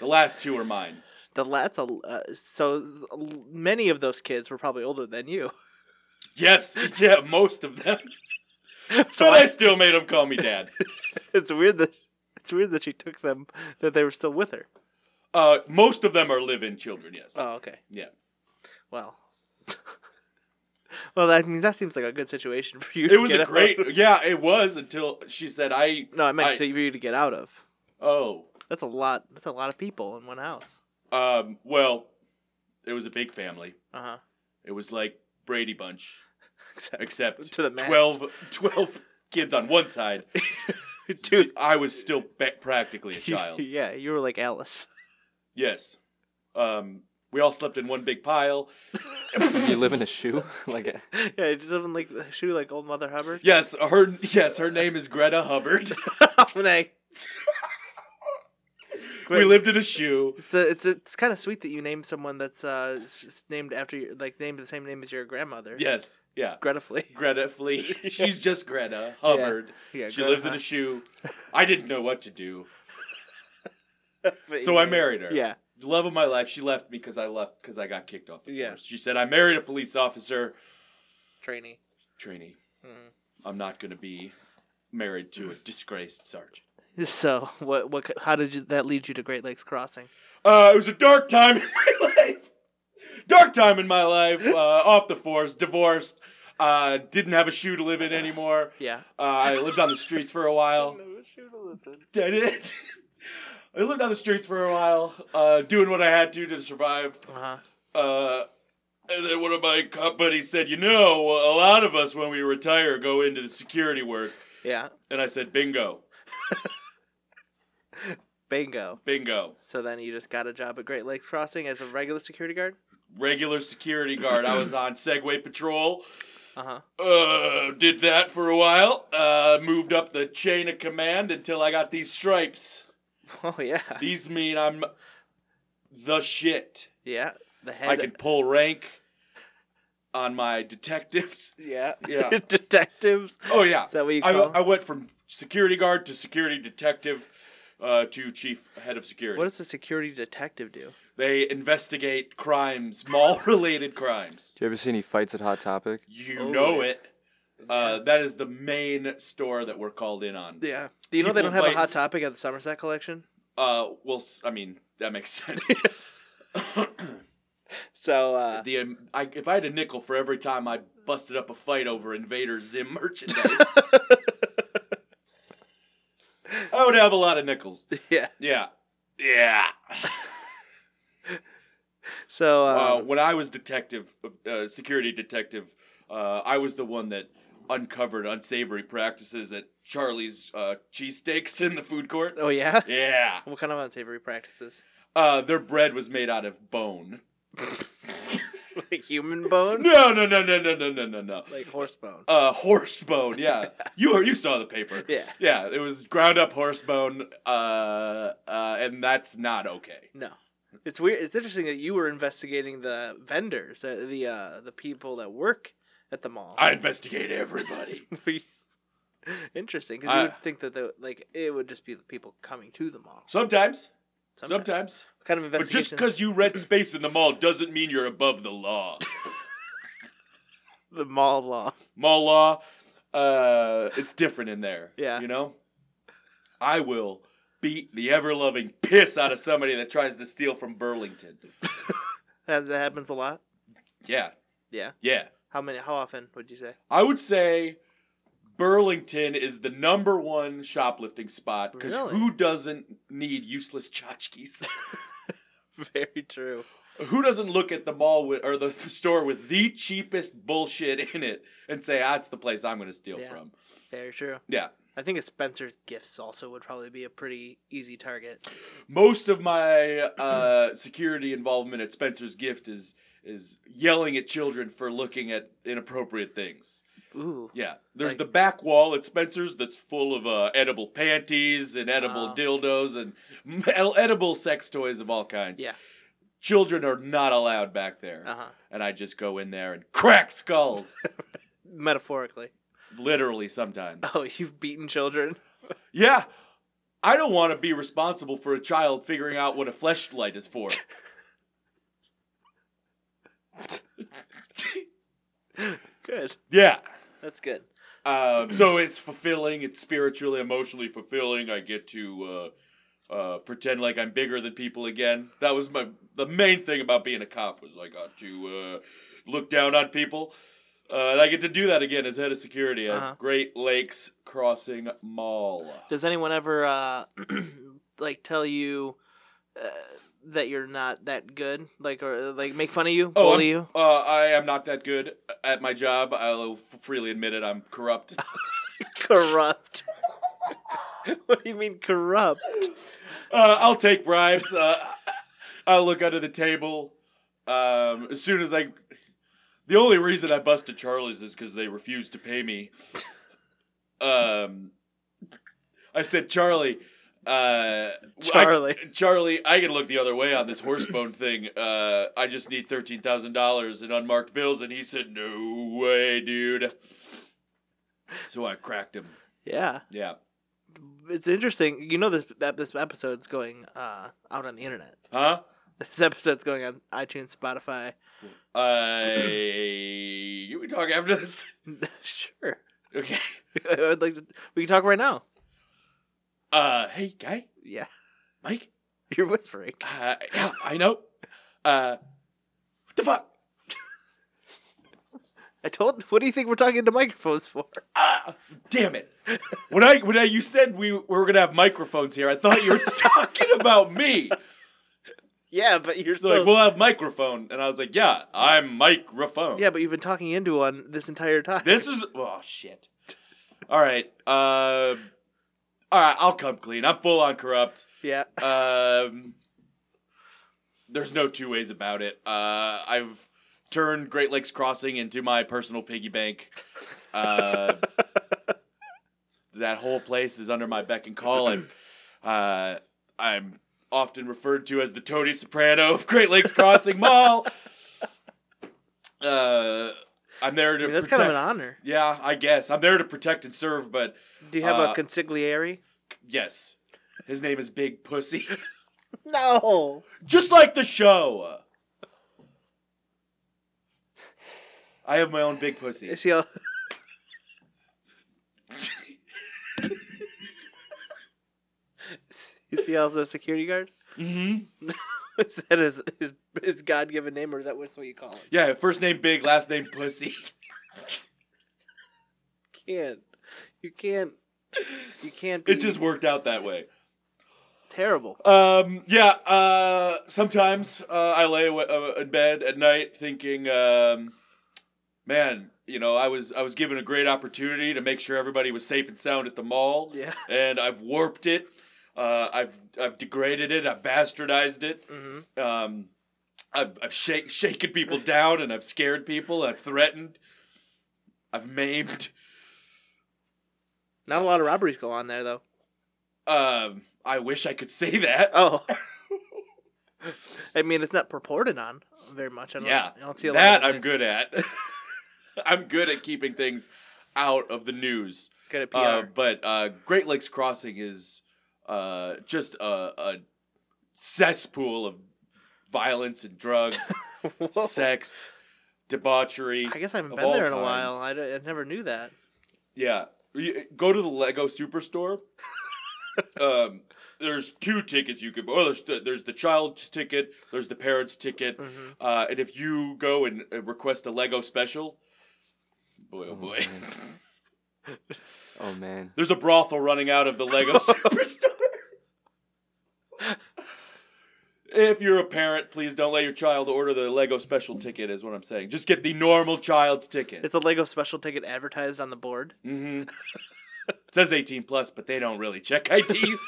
The last two are mine. The that's a uh, so many of those kids were probably older than you. (laughs) Yes, (laughs) yeah, most of them. So But I- I still made them call me (laughs) dad. it's weird that it's weird that she took them that they were still with her. Uh, most of them are live-in children. Yes. Oh, okay. Yeah. Well. (laughs) well, that I mean that seems like a good situation for you. It to was get a out great. of. Yeah, it was until she said I. No, I meant I- to- for you to get out of. Oh, That's a lot. That's a lot of people in one house. um. Well, it was a big family. Uh huh. It was like Brady Bunch, Except except (laughs) To the max. 12, 12 (laughs) kids on one side. (laughs) Dude. I was still ba- practically a child. yeah, (laughs) you were like Alice. (laughs) yes. Um. We all slept in one big pile. you live in a shoe? (laughs) like, a- Yeah, you just like she was like old Mother (laughs) Hubbard. Yes, her. Yes, her name is Greta (laughs) Hubbard. Like, (laughs) we lived in a shoe. It's a, it's a, it's kind of sweet that you name someone that's uh s- s- named after your like named the same name as your grandmother. Yes. Yeah. (laughs) Greta Flee. Greta Flee. She's just Greta Hubbard. (laughs) Yeah, she Greta lives in a Hunt. shoe. I didn't know what to (laughs) do, But so you- I married her. Yeah. love of my life. She left me because I left because I got kicked off the Yeah. force. She said I married a police officer Trainee. (laughs) trainee. Mhm. I'm not gonna be married to a disgraced sergeant. So what what c- how did you, that lead you to Great Lakes Crossing? Uh, it was a dark time in (laughs) my life. Dark time in my (laughs) life. Uh, off the force, divorced. Uh, didn't have a shoe to live in anymore. Yeah. Uh, I lived on the streets for a (laughs) while. I did. (laughs) I lived on the streets for a while, uh, doing what I had to to survive. Uh-huh. Uh, and then one of my cop buddies said, "You know, a lot of us when we retire go into the security work." Yeah. And I said, "Bingo, Bingo. bingo." So then you just got a job at Great Lakes Crossing as a regular security guard? Regular security guard. I was on Segway patrol. Uh-huh. (laughs) Uh, did that for a while. Uh, moved up the chain of command until I got these stripes. Oh yeah. These mean I'm the shit. yeah. The head I can pull rank on my detectives. Yeah. (laughs) Yeah. (laughs) Detectives. Oh yeah. Is that what you I, call? I went from security guard to security detective uh, to chief head of security. what does a security detective do? they investigate crimes, (laughs) mall related crimes. do you ever see any fights at Hot Topic? You Oh, know yeah. it. Uh, that is the main store that we're called in on. Yeah. Do you know they People don't have a fight- hot topic at the Somerset collection? Uh, well, s- I mean that makes (laughs) sense. So uh the um, I, if I had a nickel for every time I busted up a fight over Invader Zim (laughs) (laughs) merchandise, I would have a lot of nickels. (laughs) yeah. Yeah, yeah. So Uh, uh, when I was detective, uh, security detective, uh, I was the one that uncovered unsavory practices at Charlie's uh, cheesesteaks in the food court. oh yeah. (laughs) Yeah, What kind of unsavory (laughs) practices? uh, their bread was made out of bone. Like (laughs) human bone? No, no, no, no, no, no, no, no, no. like horse (laughs) bone. Uh, horse bone. (laughs) Yeah, you you saw the paper. Yeah. yeah. It was ground up horse bone, uh, uh, and that's not okay. No. It's weird. It's interesting that you were investigating the vendors, uh, the uh, the people that work at the mall. I investigate everybody. (laughs) interesting, because you I- would think that the, like it would just be the people coming to the mall. Sometimes, Sometimes. sometimes. What kind of But just investigation? because you rent space in the mall doesn't mean you're above the law. the mall law. (laughs) Mall law, uh, it's different in there. Yeah. You know? I will beat the ever loving piss out of somebody that tries to steal from Burlington. That, that happens a lot. Yeah. Yeah. Yeah. How many? How often would you say? I would say Burlington is the number one shoplifting spot because Really? who doesn't need useless tchotchkes? (laughs) (laughs) Very true. who doesn't look at the mall with, or the store with the cheapest bullshit in it and say, that's the place I'm going to steal Yeah. from? Very true. Yeah. I think a Spencer's Gifts also would probably be a pretty easy target. most of my uh, security involvement at Spencer's Gift is is yelling at children for looking at inappropriate things. Ooh. Yeah, there's Like- the back wall at Spencer's that's full of uh, edible panties and edible Wow. dildos and (laughs) el- edible sex toys of all kinds. Yeah. Children are not allowed back there, Uh huh. (laughs) and I just go in there and crack skulls. Metaphorically. (laughs) Literally sometimes. Oh, you've beaten children. Yeah. I don't want to be responsible for a child figuring out what a fleshlight is for. (laughs) Good. yeah. That's good. Um, so it's fulfilling. It's spiritually, emotionally fulfilling. I get to uh, uh, pretend like I'm bigger than people again. That was my the main thing about being a cop was I got to uh, look down on people, uh, and I get to do that again as head of security at Uh-huh. Great Lakes Crossing Mall. Does anyone ever uh (clears throat) like tell you uh, that you're not that good? Like or like make fun of you, Oh, bully I'm- Uh, I am not that good at my job. I'll f- freely admit it. I'm corrupt. (laughs) you? (laughs) Corrupt. (laughs) what do you mean corrupt? Uh, I'll take bribes. Uh, I'll look under the table. Um, as soon as I, the only reason I busted Charlie's is because they refused to pay me. Um, I said, Charlie, uh, I, Charlie. Charlie, I can look the other way on this horse bone thing. Uh, I just need thirteen thousand dollars in unmarked bills, and he said, No way, dude. So I cracked him. Yeah. Yeah. It's interesting. You know this that this episode's going uh out on the internet. (laughs) Huh? This episode's going on iTunes, Spotify. (laughs) I. Can we talk after this? (laughs) sure. (laughs) Okay. I'd like to, we can talk right now. Uh, hey, guy, Yeah. (laughs) Mike. You're whispering. Uh, yeah, I know. Uh, what the fuck? I told what do you think we're talking to microphones for? Ah, damn it! When I when I, you said we were gonna have microphones here, I thought you were (laughs) talking about me. (laughs) Yeah, but you're So like, we'll have microphone, and I was like, yeah, I'm microphone. Yeah, but you've been talking into one this entire time. This is oh shit. All right. Uh, all right. I'll come clean. I'm full on corrupt. (laughs) (laughs) Yeah. Um, there's no two ways about it. Uh, I've turned Great Lakes Crossing into my personal piggy bank. Uh, that whole place is under my beck and call, and uh, I'm often referred to as the Tony Soprano of Great Lakes Crossing Mall. Uh, I'm there I to mean, that's protect. kind of an honor. yeah, I guess I'm there to protect and serve, but Do you have Uh, a consigliere? yes, his name is Big Pussy. No. just like the show. I have my own big pussy. Is he all... (laughs) Is he also a security guard? (laughs) Mm-hmm. Is that his, his, his God given name, or is that what's what you call him? Yeah, first name big, last name pussy. (laughs) can't. You can't. You can't be. It just worked out that way. terrible. Um, yeah. Uh, sometimes uh, I lay awa- uh, in bed at night thinking, um, man, you know, I was I was given a great opportunity to make sure everybody was safe and sound at the mall. Yeah. And I've warped it. Uh, I've I've degraded it. I've bastardized it. hmm um, I've, I've shake, shaken people down and I've scared people. I've threatened. I've maimed. Not a lot of robberies go on there, though. Um, I wish I could say that. Oh. I mean, it's not purported on very much. I don't, yeah, I don't see a that lot of I'm good at. (laughs) I'm good at keeping things out of the news. good at PR. Uh, but uh, Great Lakes Crossing is uh, just a, a cesspool of violence and drugs, (laughs) Whoa. sex, debauchery. I guess I haven't of been all there in a while. kinds. I, d- I never knew that. Yeah. You- Go to the Lego (laughs) Superstore. um, there's two tickets you could. Oh, there's the, there's the child's ticket. There's the parents' ticket. Mhm. Uh, and if you go and uh, request a Lego special, boy oh boy, Oh (laughs) man. (laughs) there's a brothel running out of the Lego (laughs) Superstore. If you're a parent, please don't let your child order the Lego special ticket. Is what I'm saying. Just get the normal child's ticket. It's a Lego special ticket advertised on the board. (laughs) (laughs) Mm-hmm. it says 18 plus, but they don't really check IDs.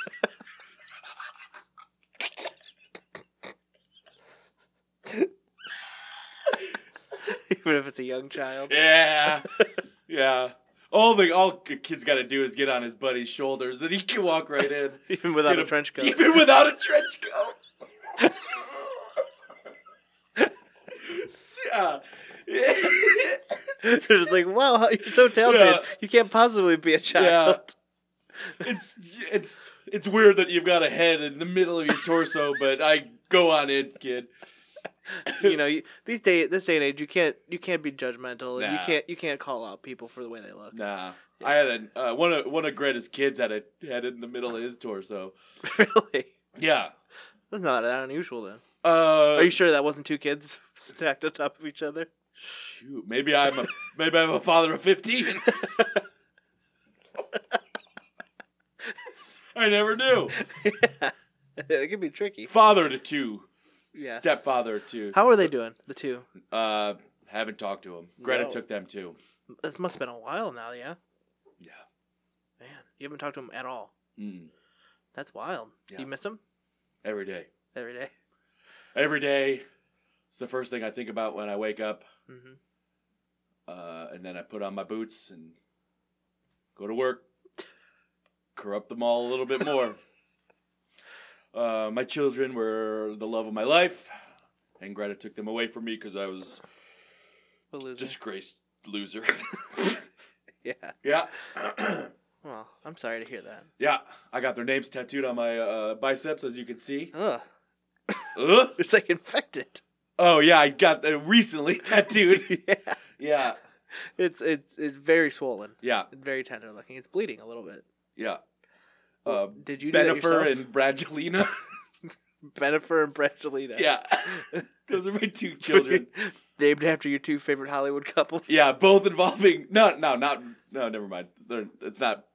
Even if it's a young child. (laughs) yeah, yeah. All the all a kid's got to do is get on his buddy's shoulders, and he can walk right in Even without Get a trench coat. even without a trench coat. yeah. (laughs) They're just like, wow, how- you're so talented. Yeah. You can't possibly be a (laughs) child. (laughs) (laughs) It's it's it's weird that you've got a head in the middle of your torso, but I go on in, kid. you know, you, these day this day and age, you can't you can't be judgmental. and You Nah. can't you can't call out people for the way they look. (laughs) Nah. I had a uh, one of one of Greta's kids had a head in the middle of his torso. really, Yeah. that's not that unusual then. Uh, Are you sure that wasn't two kids (laughs) stacked on top of each other? (laughs) Shoot, maybe I'm a maybe I'm a father of fifteen. (laughs) I never knew. it could be tricky. Father to two, Yeah. stepfather to. How are they doing? The two. Uh, haven't talked to him. Greta No. took them too. This must have been a while now. Yeah. Yeah. Man, you haven't talked to them at all. Mm, That's wild. Do Yeah. You miss them every day, every day. every day. It's the first thing I think about when I wake up, Mm-hmm. uh, and then I put on my boots and go to work. Corrupt them all a little bit (laughs) more. uh, my children were the love of my life, and Greta took them away from me because I was A loser. disgraced loser. (laughs) yeah. yeah. (clears throat) Well, I'm sorry to hear that. yeah. I got their names tattooed on my uh, biceps, as you can see. Ugh. (laughs) Ugh. It's like infected. Oh, yeah. I got them (laughs) recently tattooed. yeah. yeah. It's it's it's very swollen. Yeah. It's very tender looking. It's bleeding a little bit. Yeah. Uh, Did you do that Benifer yourself? and Brangelina. Benifer and Brangelina? (laughs) yeah. (laughs) Those are my (laughs) two children. Named after your two favorite Hollywood couples. Yeah, both involving no, no, not no. Never mind. They're, it's not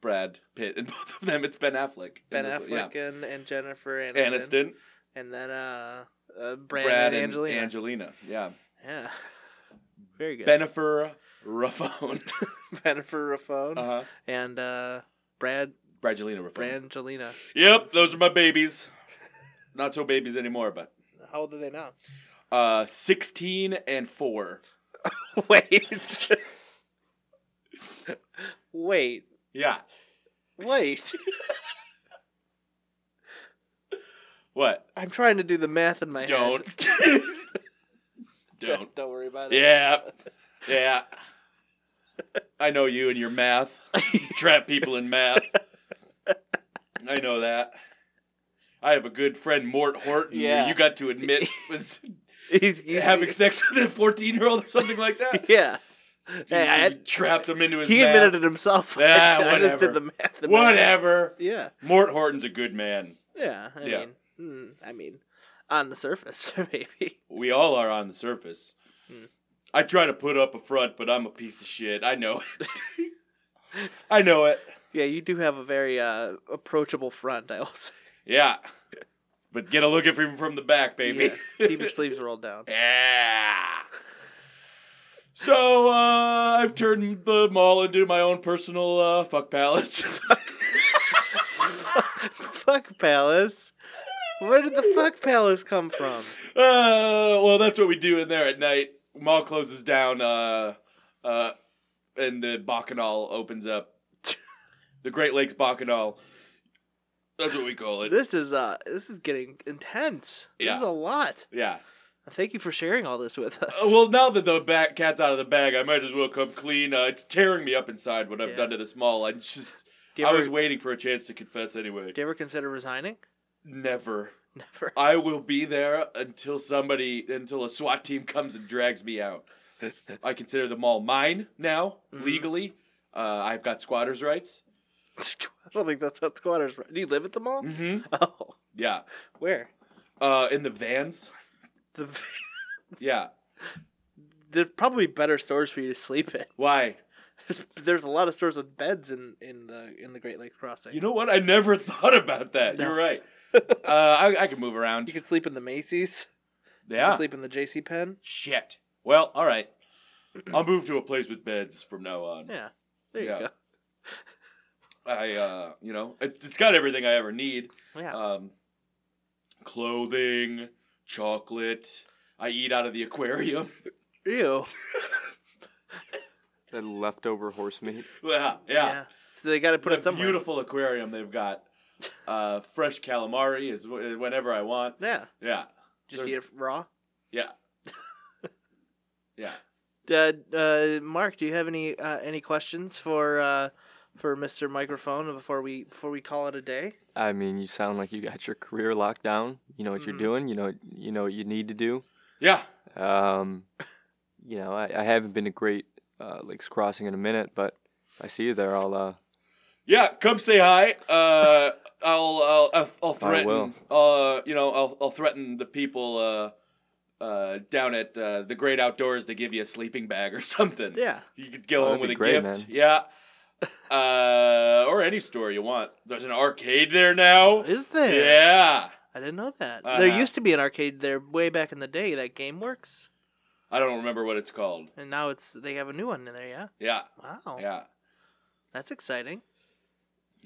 Brad Pitt and (laughs) both of them. It's Ben Affleck. Ben And Affleck this- yeah. and, and Jennifer Aniston. Aniston, And then uh, uh Brandon Brad, and and Angelina. Angelina. Yeah, yeah. (laughs) Very good. Benifer (laughs) Raffone. (laughs) Benifer Raffone Uh huh. and uh Brad Brangelina Raffone. Brangelina. Yep, those are my babies. Not so babies anymore, but How old are they now? uh, sixteen and four. (laughs) Wait. Wait. Yeah. Wait. What? I'm trying to do the math in my Don't. (laughs) head. Don't. (laughs) Don't worry about it. Yeah. Yeah. I know you and your math. trap people in math. I know that. I have a good friend, Mort Horton, Yeah. who you got to (laughs) admit was (laughs) He's, he's having sex with a 14 year old or something like (laughs) that. Yeah. You, Hey, I- you trapped him into his he math. admitted it himself. (laughs) I Ah, just- I just whatever. did the math. in my head. Whatever. Yeah. Mort Horton's a good man. Yeah. I Yeah. mean, mm, I mean, on the surface, (laughs) maybe. We all are on the surface. Hmm. I try to put up a front, but I'm a piece of shit. I know it. I know it. (laughs) Yeah, you do have a very uh, approachable front, I will say. Yeah. But get a look at him from the back, baby. Yeah. Keep your sleeves rolled down. (laughs) (laughs) Yeah. So uh, I've turned the mall into my own personal uh, fuck palace. (laughs) Uh, fuck palace. Where did the fuck palace come from? uh, well, that's what we do in there at night. Mall closes down, uh, uh, and the Bacchanal opens up. (laughs) The Great Lakes Bacchanal. That's what we call it. This is uh, this is getting intense. This Yeah. is a lot. Yeah. Thank you for sharing all this with us. Uh, well, now that the back cat's out of the bag, I might as well come clean. Uh, it's tearing me up inside what I've Yeah. done to this mall. I just, do, you I ever, was waiting for a chance to confess anyway. do you ever consider resigning? (laughs) Never. Never. (laughs) I will be there until somebody, until a SWAT team comes and drags me out. I consider the mall mine now, Mhm. legally. Uh, I've got squatters' rights. I don't think that's how squatters. run. Do you live at the mall? Mm-hmm. (laughs) Oh, Yeah. where? Uh, in the vans. The, Yeah. there's probably better stores for you to sleep in. (laughs) Why? There's, there's a lot of stores with beds in, in the in the Great Lakes Crossing. You You, know what? I never (laughs) thought about that. No. You're right. Uh, I, I can move (laughs) around. can sleep in the Macy's. You can Yeah. sleep in the J.C. Penney. Shit. Well, all right. I'll move to a place with beds from now on. Yeah. There you Yeah. go. I, uh, you know, it, it's got everything I ever need. Yeah. um, clothing, chocolate. I eat out of the aquarium. (laughs) Ew. That leftover horse meat. yeah, yeah. So they got to put it What a somewhere. beautiful aquarium they've (laughs) got. Uh, fresh calamari is wh- whenever I want. Yeah. Yeah, Just There's- eat it raw. yeah, yeah. Uh, uh, Mark, do you have any uh, any questions for uh, for Mr. Microphone before we before we call it a day? I mean, you sound like you got your career locked down. You know what you're Mhm. doing. You know you know what you need to do. Yeah. Um, you know, I, I haven't been to Great uh, Lakes Crossing in a minute, but if I see you there, I'll. Uh, Yeah, come say hi. Uh, I'll, I'll, I'll, I'll I threaten. will. Uh, you know, I'll, I'll threaten the people uh, uh, down at uh, the great outdoors to give you a sleeping bag or (laughs) something. Yeah. You could go Oh, home that'd with be a great, gift. Yeah. Uh, or any store you want. There's an arcade there now. Oh, Is there? Yeah. I didn't know that. There Uh-huh. used to be an arcade there way back in the day that GameWorks, I don't remember what it's called. and now it's they have a new one in there. Yeah. Yeah. Wow. Yeah. That's exciting.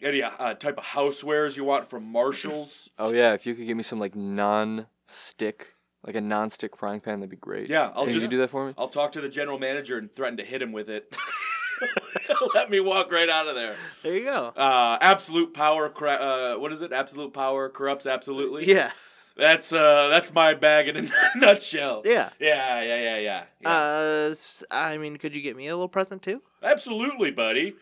Any uh, type of housewares you want from Marshalls? oh yeah, if you could give me some like non-stick, like a non-stick frying pan, that'd be great. Yeah, I'll Can just you do that for me? I'll talk to the general manager and threaten to hit him with it. (laughs) Let me walk right out of there. There you go. Uh, absolute power. Cra- uh, what is it? Absolute power corrupts absolutely. Yeah. That's uh, that's my bag in a (laughs) nutshell. Yeah. Yeah, yeah, yeah, yeah. yeah. Uh, s- I mean, could you get me a little present too? absolutely, buddy.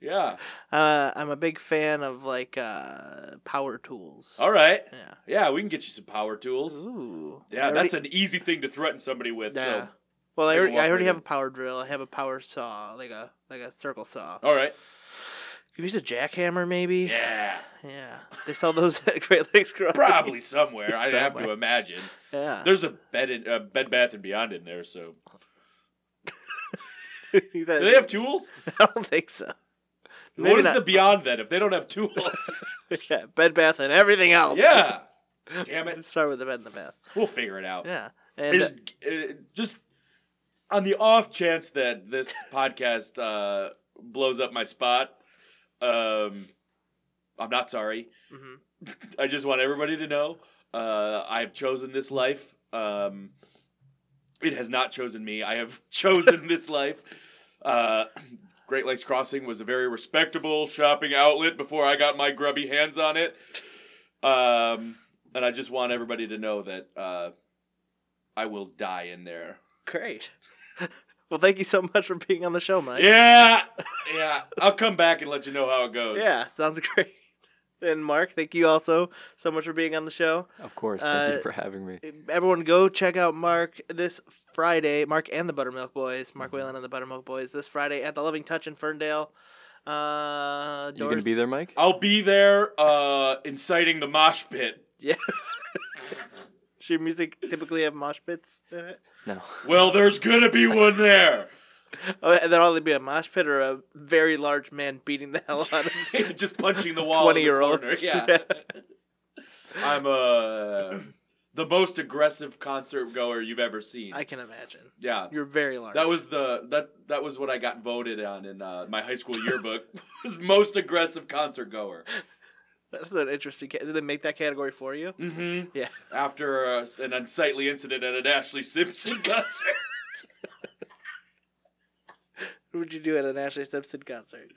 yeah. Uh, I'm a big fan of like uh, power tools. All right. Yeah. Yeah, we can get you some power tools. Ooh. I Yeah, already- that's an easy thing to threaten somebody with. Yeah. So. Well, I Take a already, walk I already right have in. a power drill. I have a power saw, like a like a circle saw. All right. Could you use a jackhammer, maybe? Oh. Yeah. Yeah. They sell those (laughs) at Great Lakes Garage. Probably somewhere. I'd have to Somewhere. imagine. (laughs) Yeah. There's a bed in uh, Bed Bath and Beyond in there, so (laughs) That- do they have tools? I don't think so. Maybe what is not. the Beyond then if they don't have tools? (laughs) yeah, Bed Bath and everything else. (laughs) yeah, damn it. Start with the Bed and the Bath. we'll figure it out. Yeah. And uh, Is- uh, just on the off chance that this podcast uh, blows up my spot, um, I'm not sorry. mhm. I just want everybody to know uh, I have chosen this life. Um, it has not chosen me. I have (laughs) chosen this life. Uh, Great Lakes Crossing was a very respectable shopping outlet before I got my grubby hands on it. Um, and I just want everybody to know that uh, I will die in there. great. (laughs) well, thank you so much for being on the show, Mike. Yeah, yeah. I'll come back and let you know how it goes. Yeah, sounds (laughs) great. And Mark, thank you also so much for being on the show. Of course. Thank Uh, you for having me. Everyone, go check out Mark this Friday. Mark and the Buttermilk Boys, Mark Mm-hmm. Whalen and the Buttermilk Boys, this Friday at the Loving Touch in Ferndale. Uh, You gonna doors- be there, Mike? I'll be there, uh, inciting the mosh pit. Does your music typically have mosh pits in it? No. Well, there's gonna be one there. Oh, and there'll either be a mosh pit or a very large man beating the hell out (laughs) of just punching the wall. in the 20 year olds. corner, (laughs) Yeah. I'm uh, the most aggressive concert goer you've ever seen. I can imagine. yeah. You're very large. That was the that that was what I got voted on in uh, my high school yearbook. (laughs) was most aggressive concert goer. That's an interesting. Ca- Did they make that category for you? Mm-hmm. Yeah. After uh, an unsightly incident at an Ashley Simpson (laughs) concert, What would you do at an Ashley Simpson concert?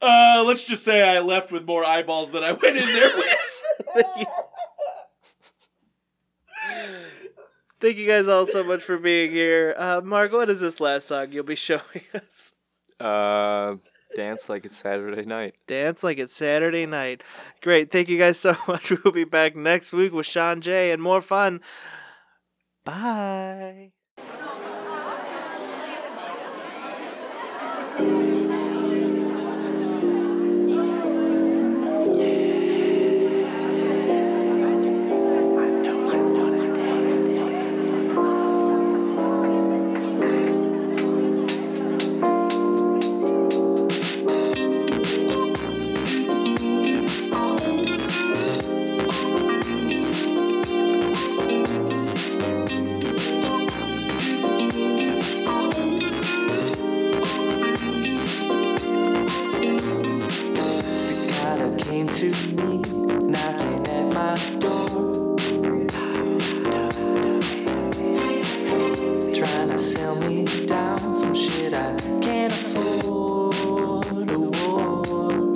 uh, let's just say I left with more eyeballs than I went in there with. (laughs) Thank you guys all so much for being here. Uh, Mark, what is this last song you'll be showing (laughs) us? Uh, dance like it's Saturday night. Dance Like It's Saturday Night. Great. Thank you guys so (laughs) much. We'll be back next week with Sean Jay and more fun. Bye. The color came to me, knocking at my door. Trying to sell me down some shit I can't afford. A war.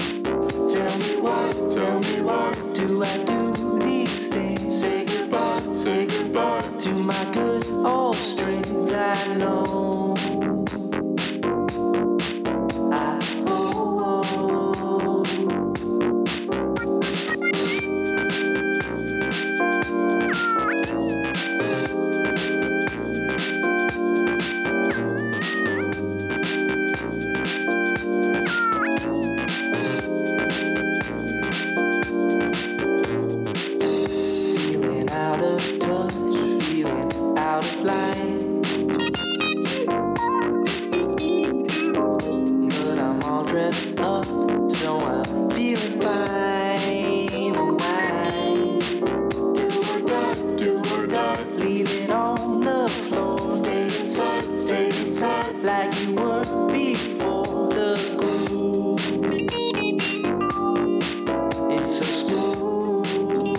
Tell me why, tell me why do I do these things? Say goodbye, say goodbye to my good old strings I know. like you were before the groove. It's so smooth.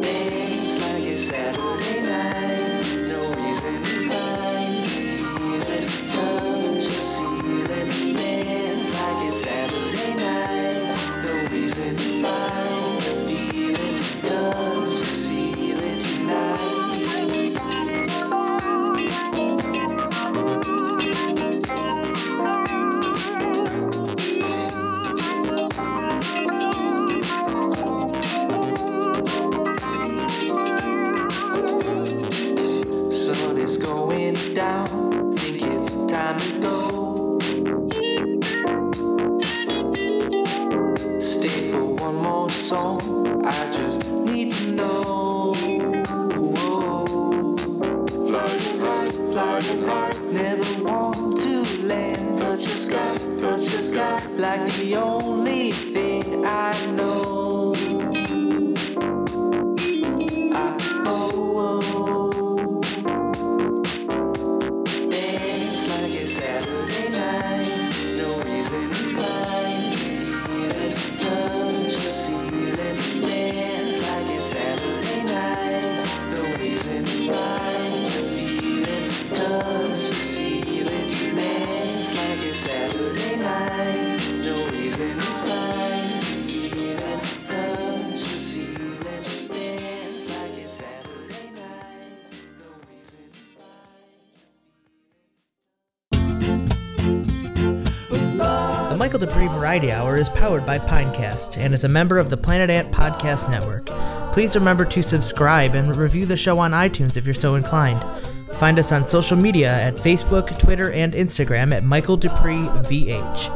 Dance like a Saturday night. No reason to find. Feel it, touch, seal it. Dance like a Saturday night. No reason to find. Feel it, touch, seal it tonight. Sun is going down, think it's time to go. Stay for one more song, I just need to know. Flying high, flying high. Never want to land, touch the sky, touch the sky. Like the only thing I know. I owe. Dance like a Saturday night. No reason to find. Feel it, touch the ceiling. Dance like a Saturday night. No reason to find. Feel it, touch the ceiling. Dance like a Saturday night. No reason to find. Feel it, touch the ceiling. Dance like a Saturday night. No reason to find. The Michael Dupree Variety Hour is powered by Pinecast and is a member of the Planet Ant Podcast Network. Please remember to subscribe and review the show on iTunes if you're so inclined. Find us on social media at Facebook, Twitter, and Instagram at Michael Dupree VH.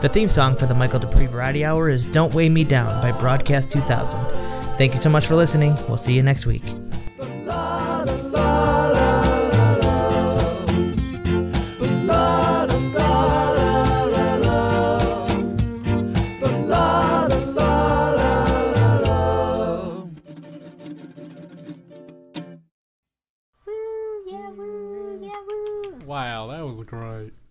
The theme song for the Michael Dupree Variety Hour is Don't Weigh Me Down by Broadcast 2000. Thank you so much for listening. We'll see you next week. Woo, yeah, woo, yeah, woo. Wow, that was great.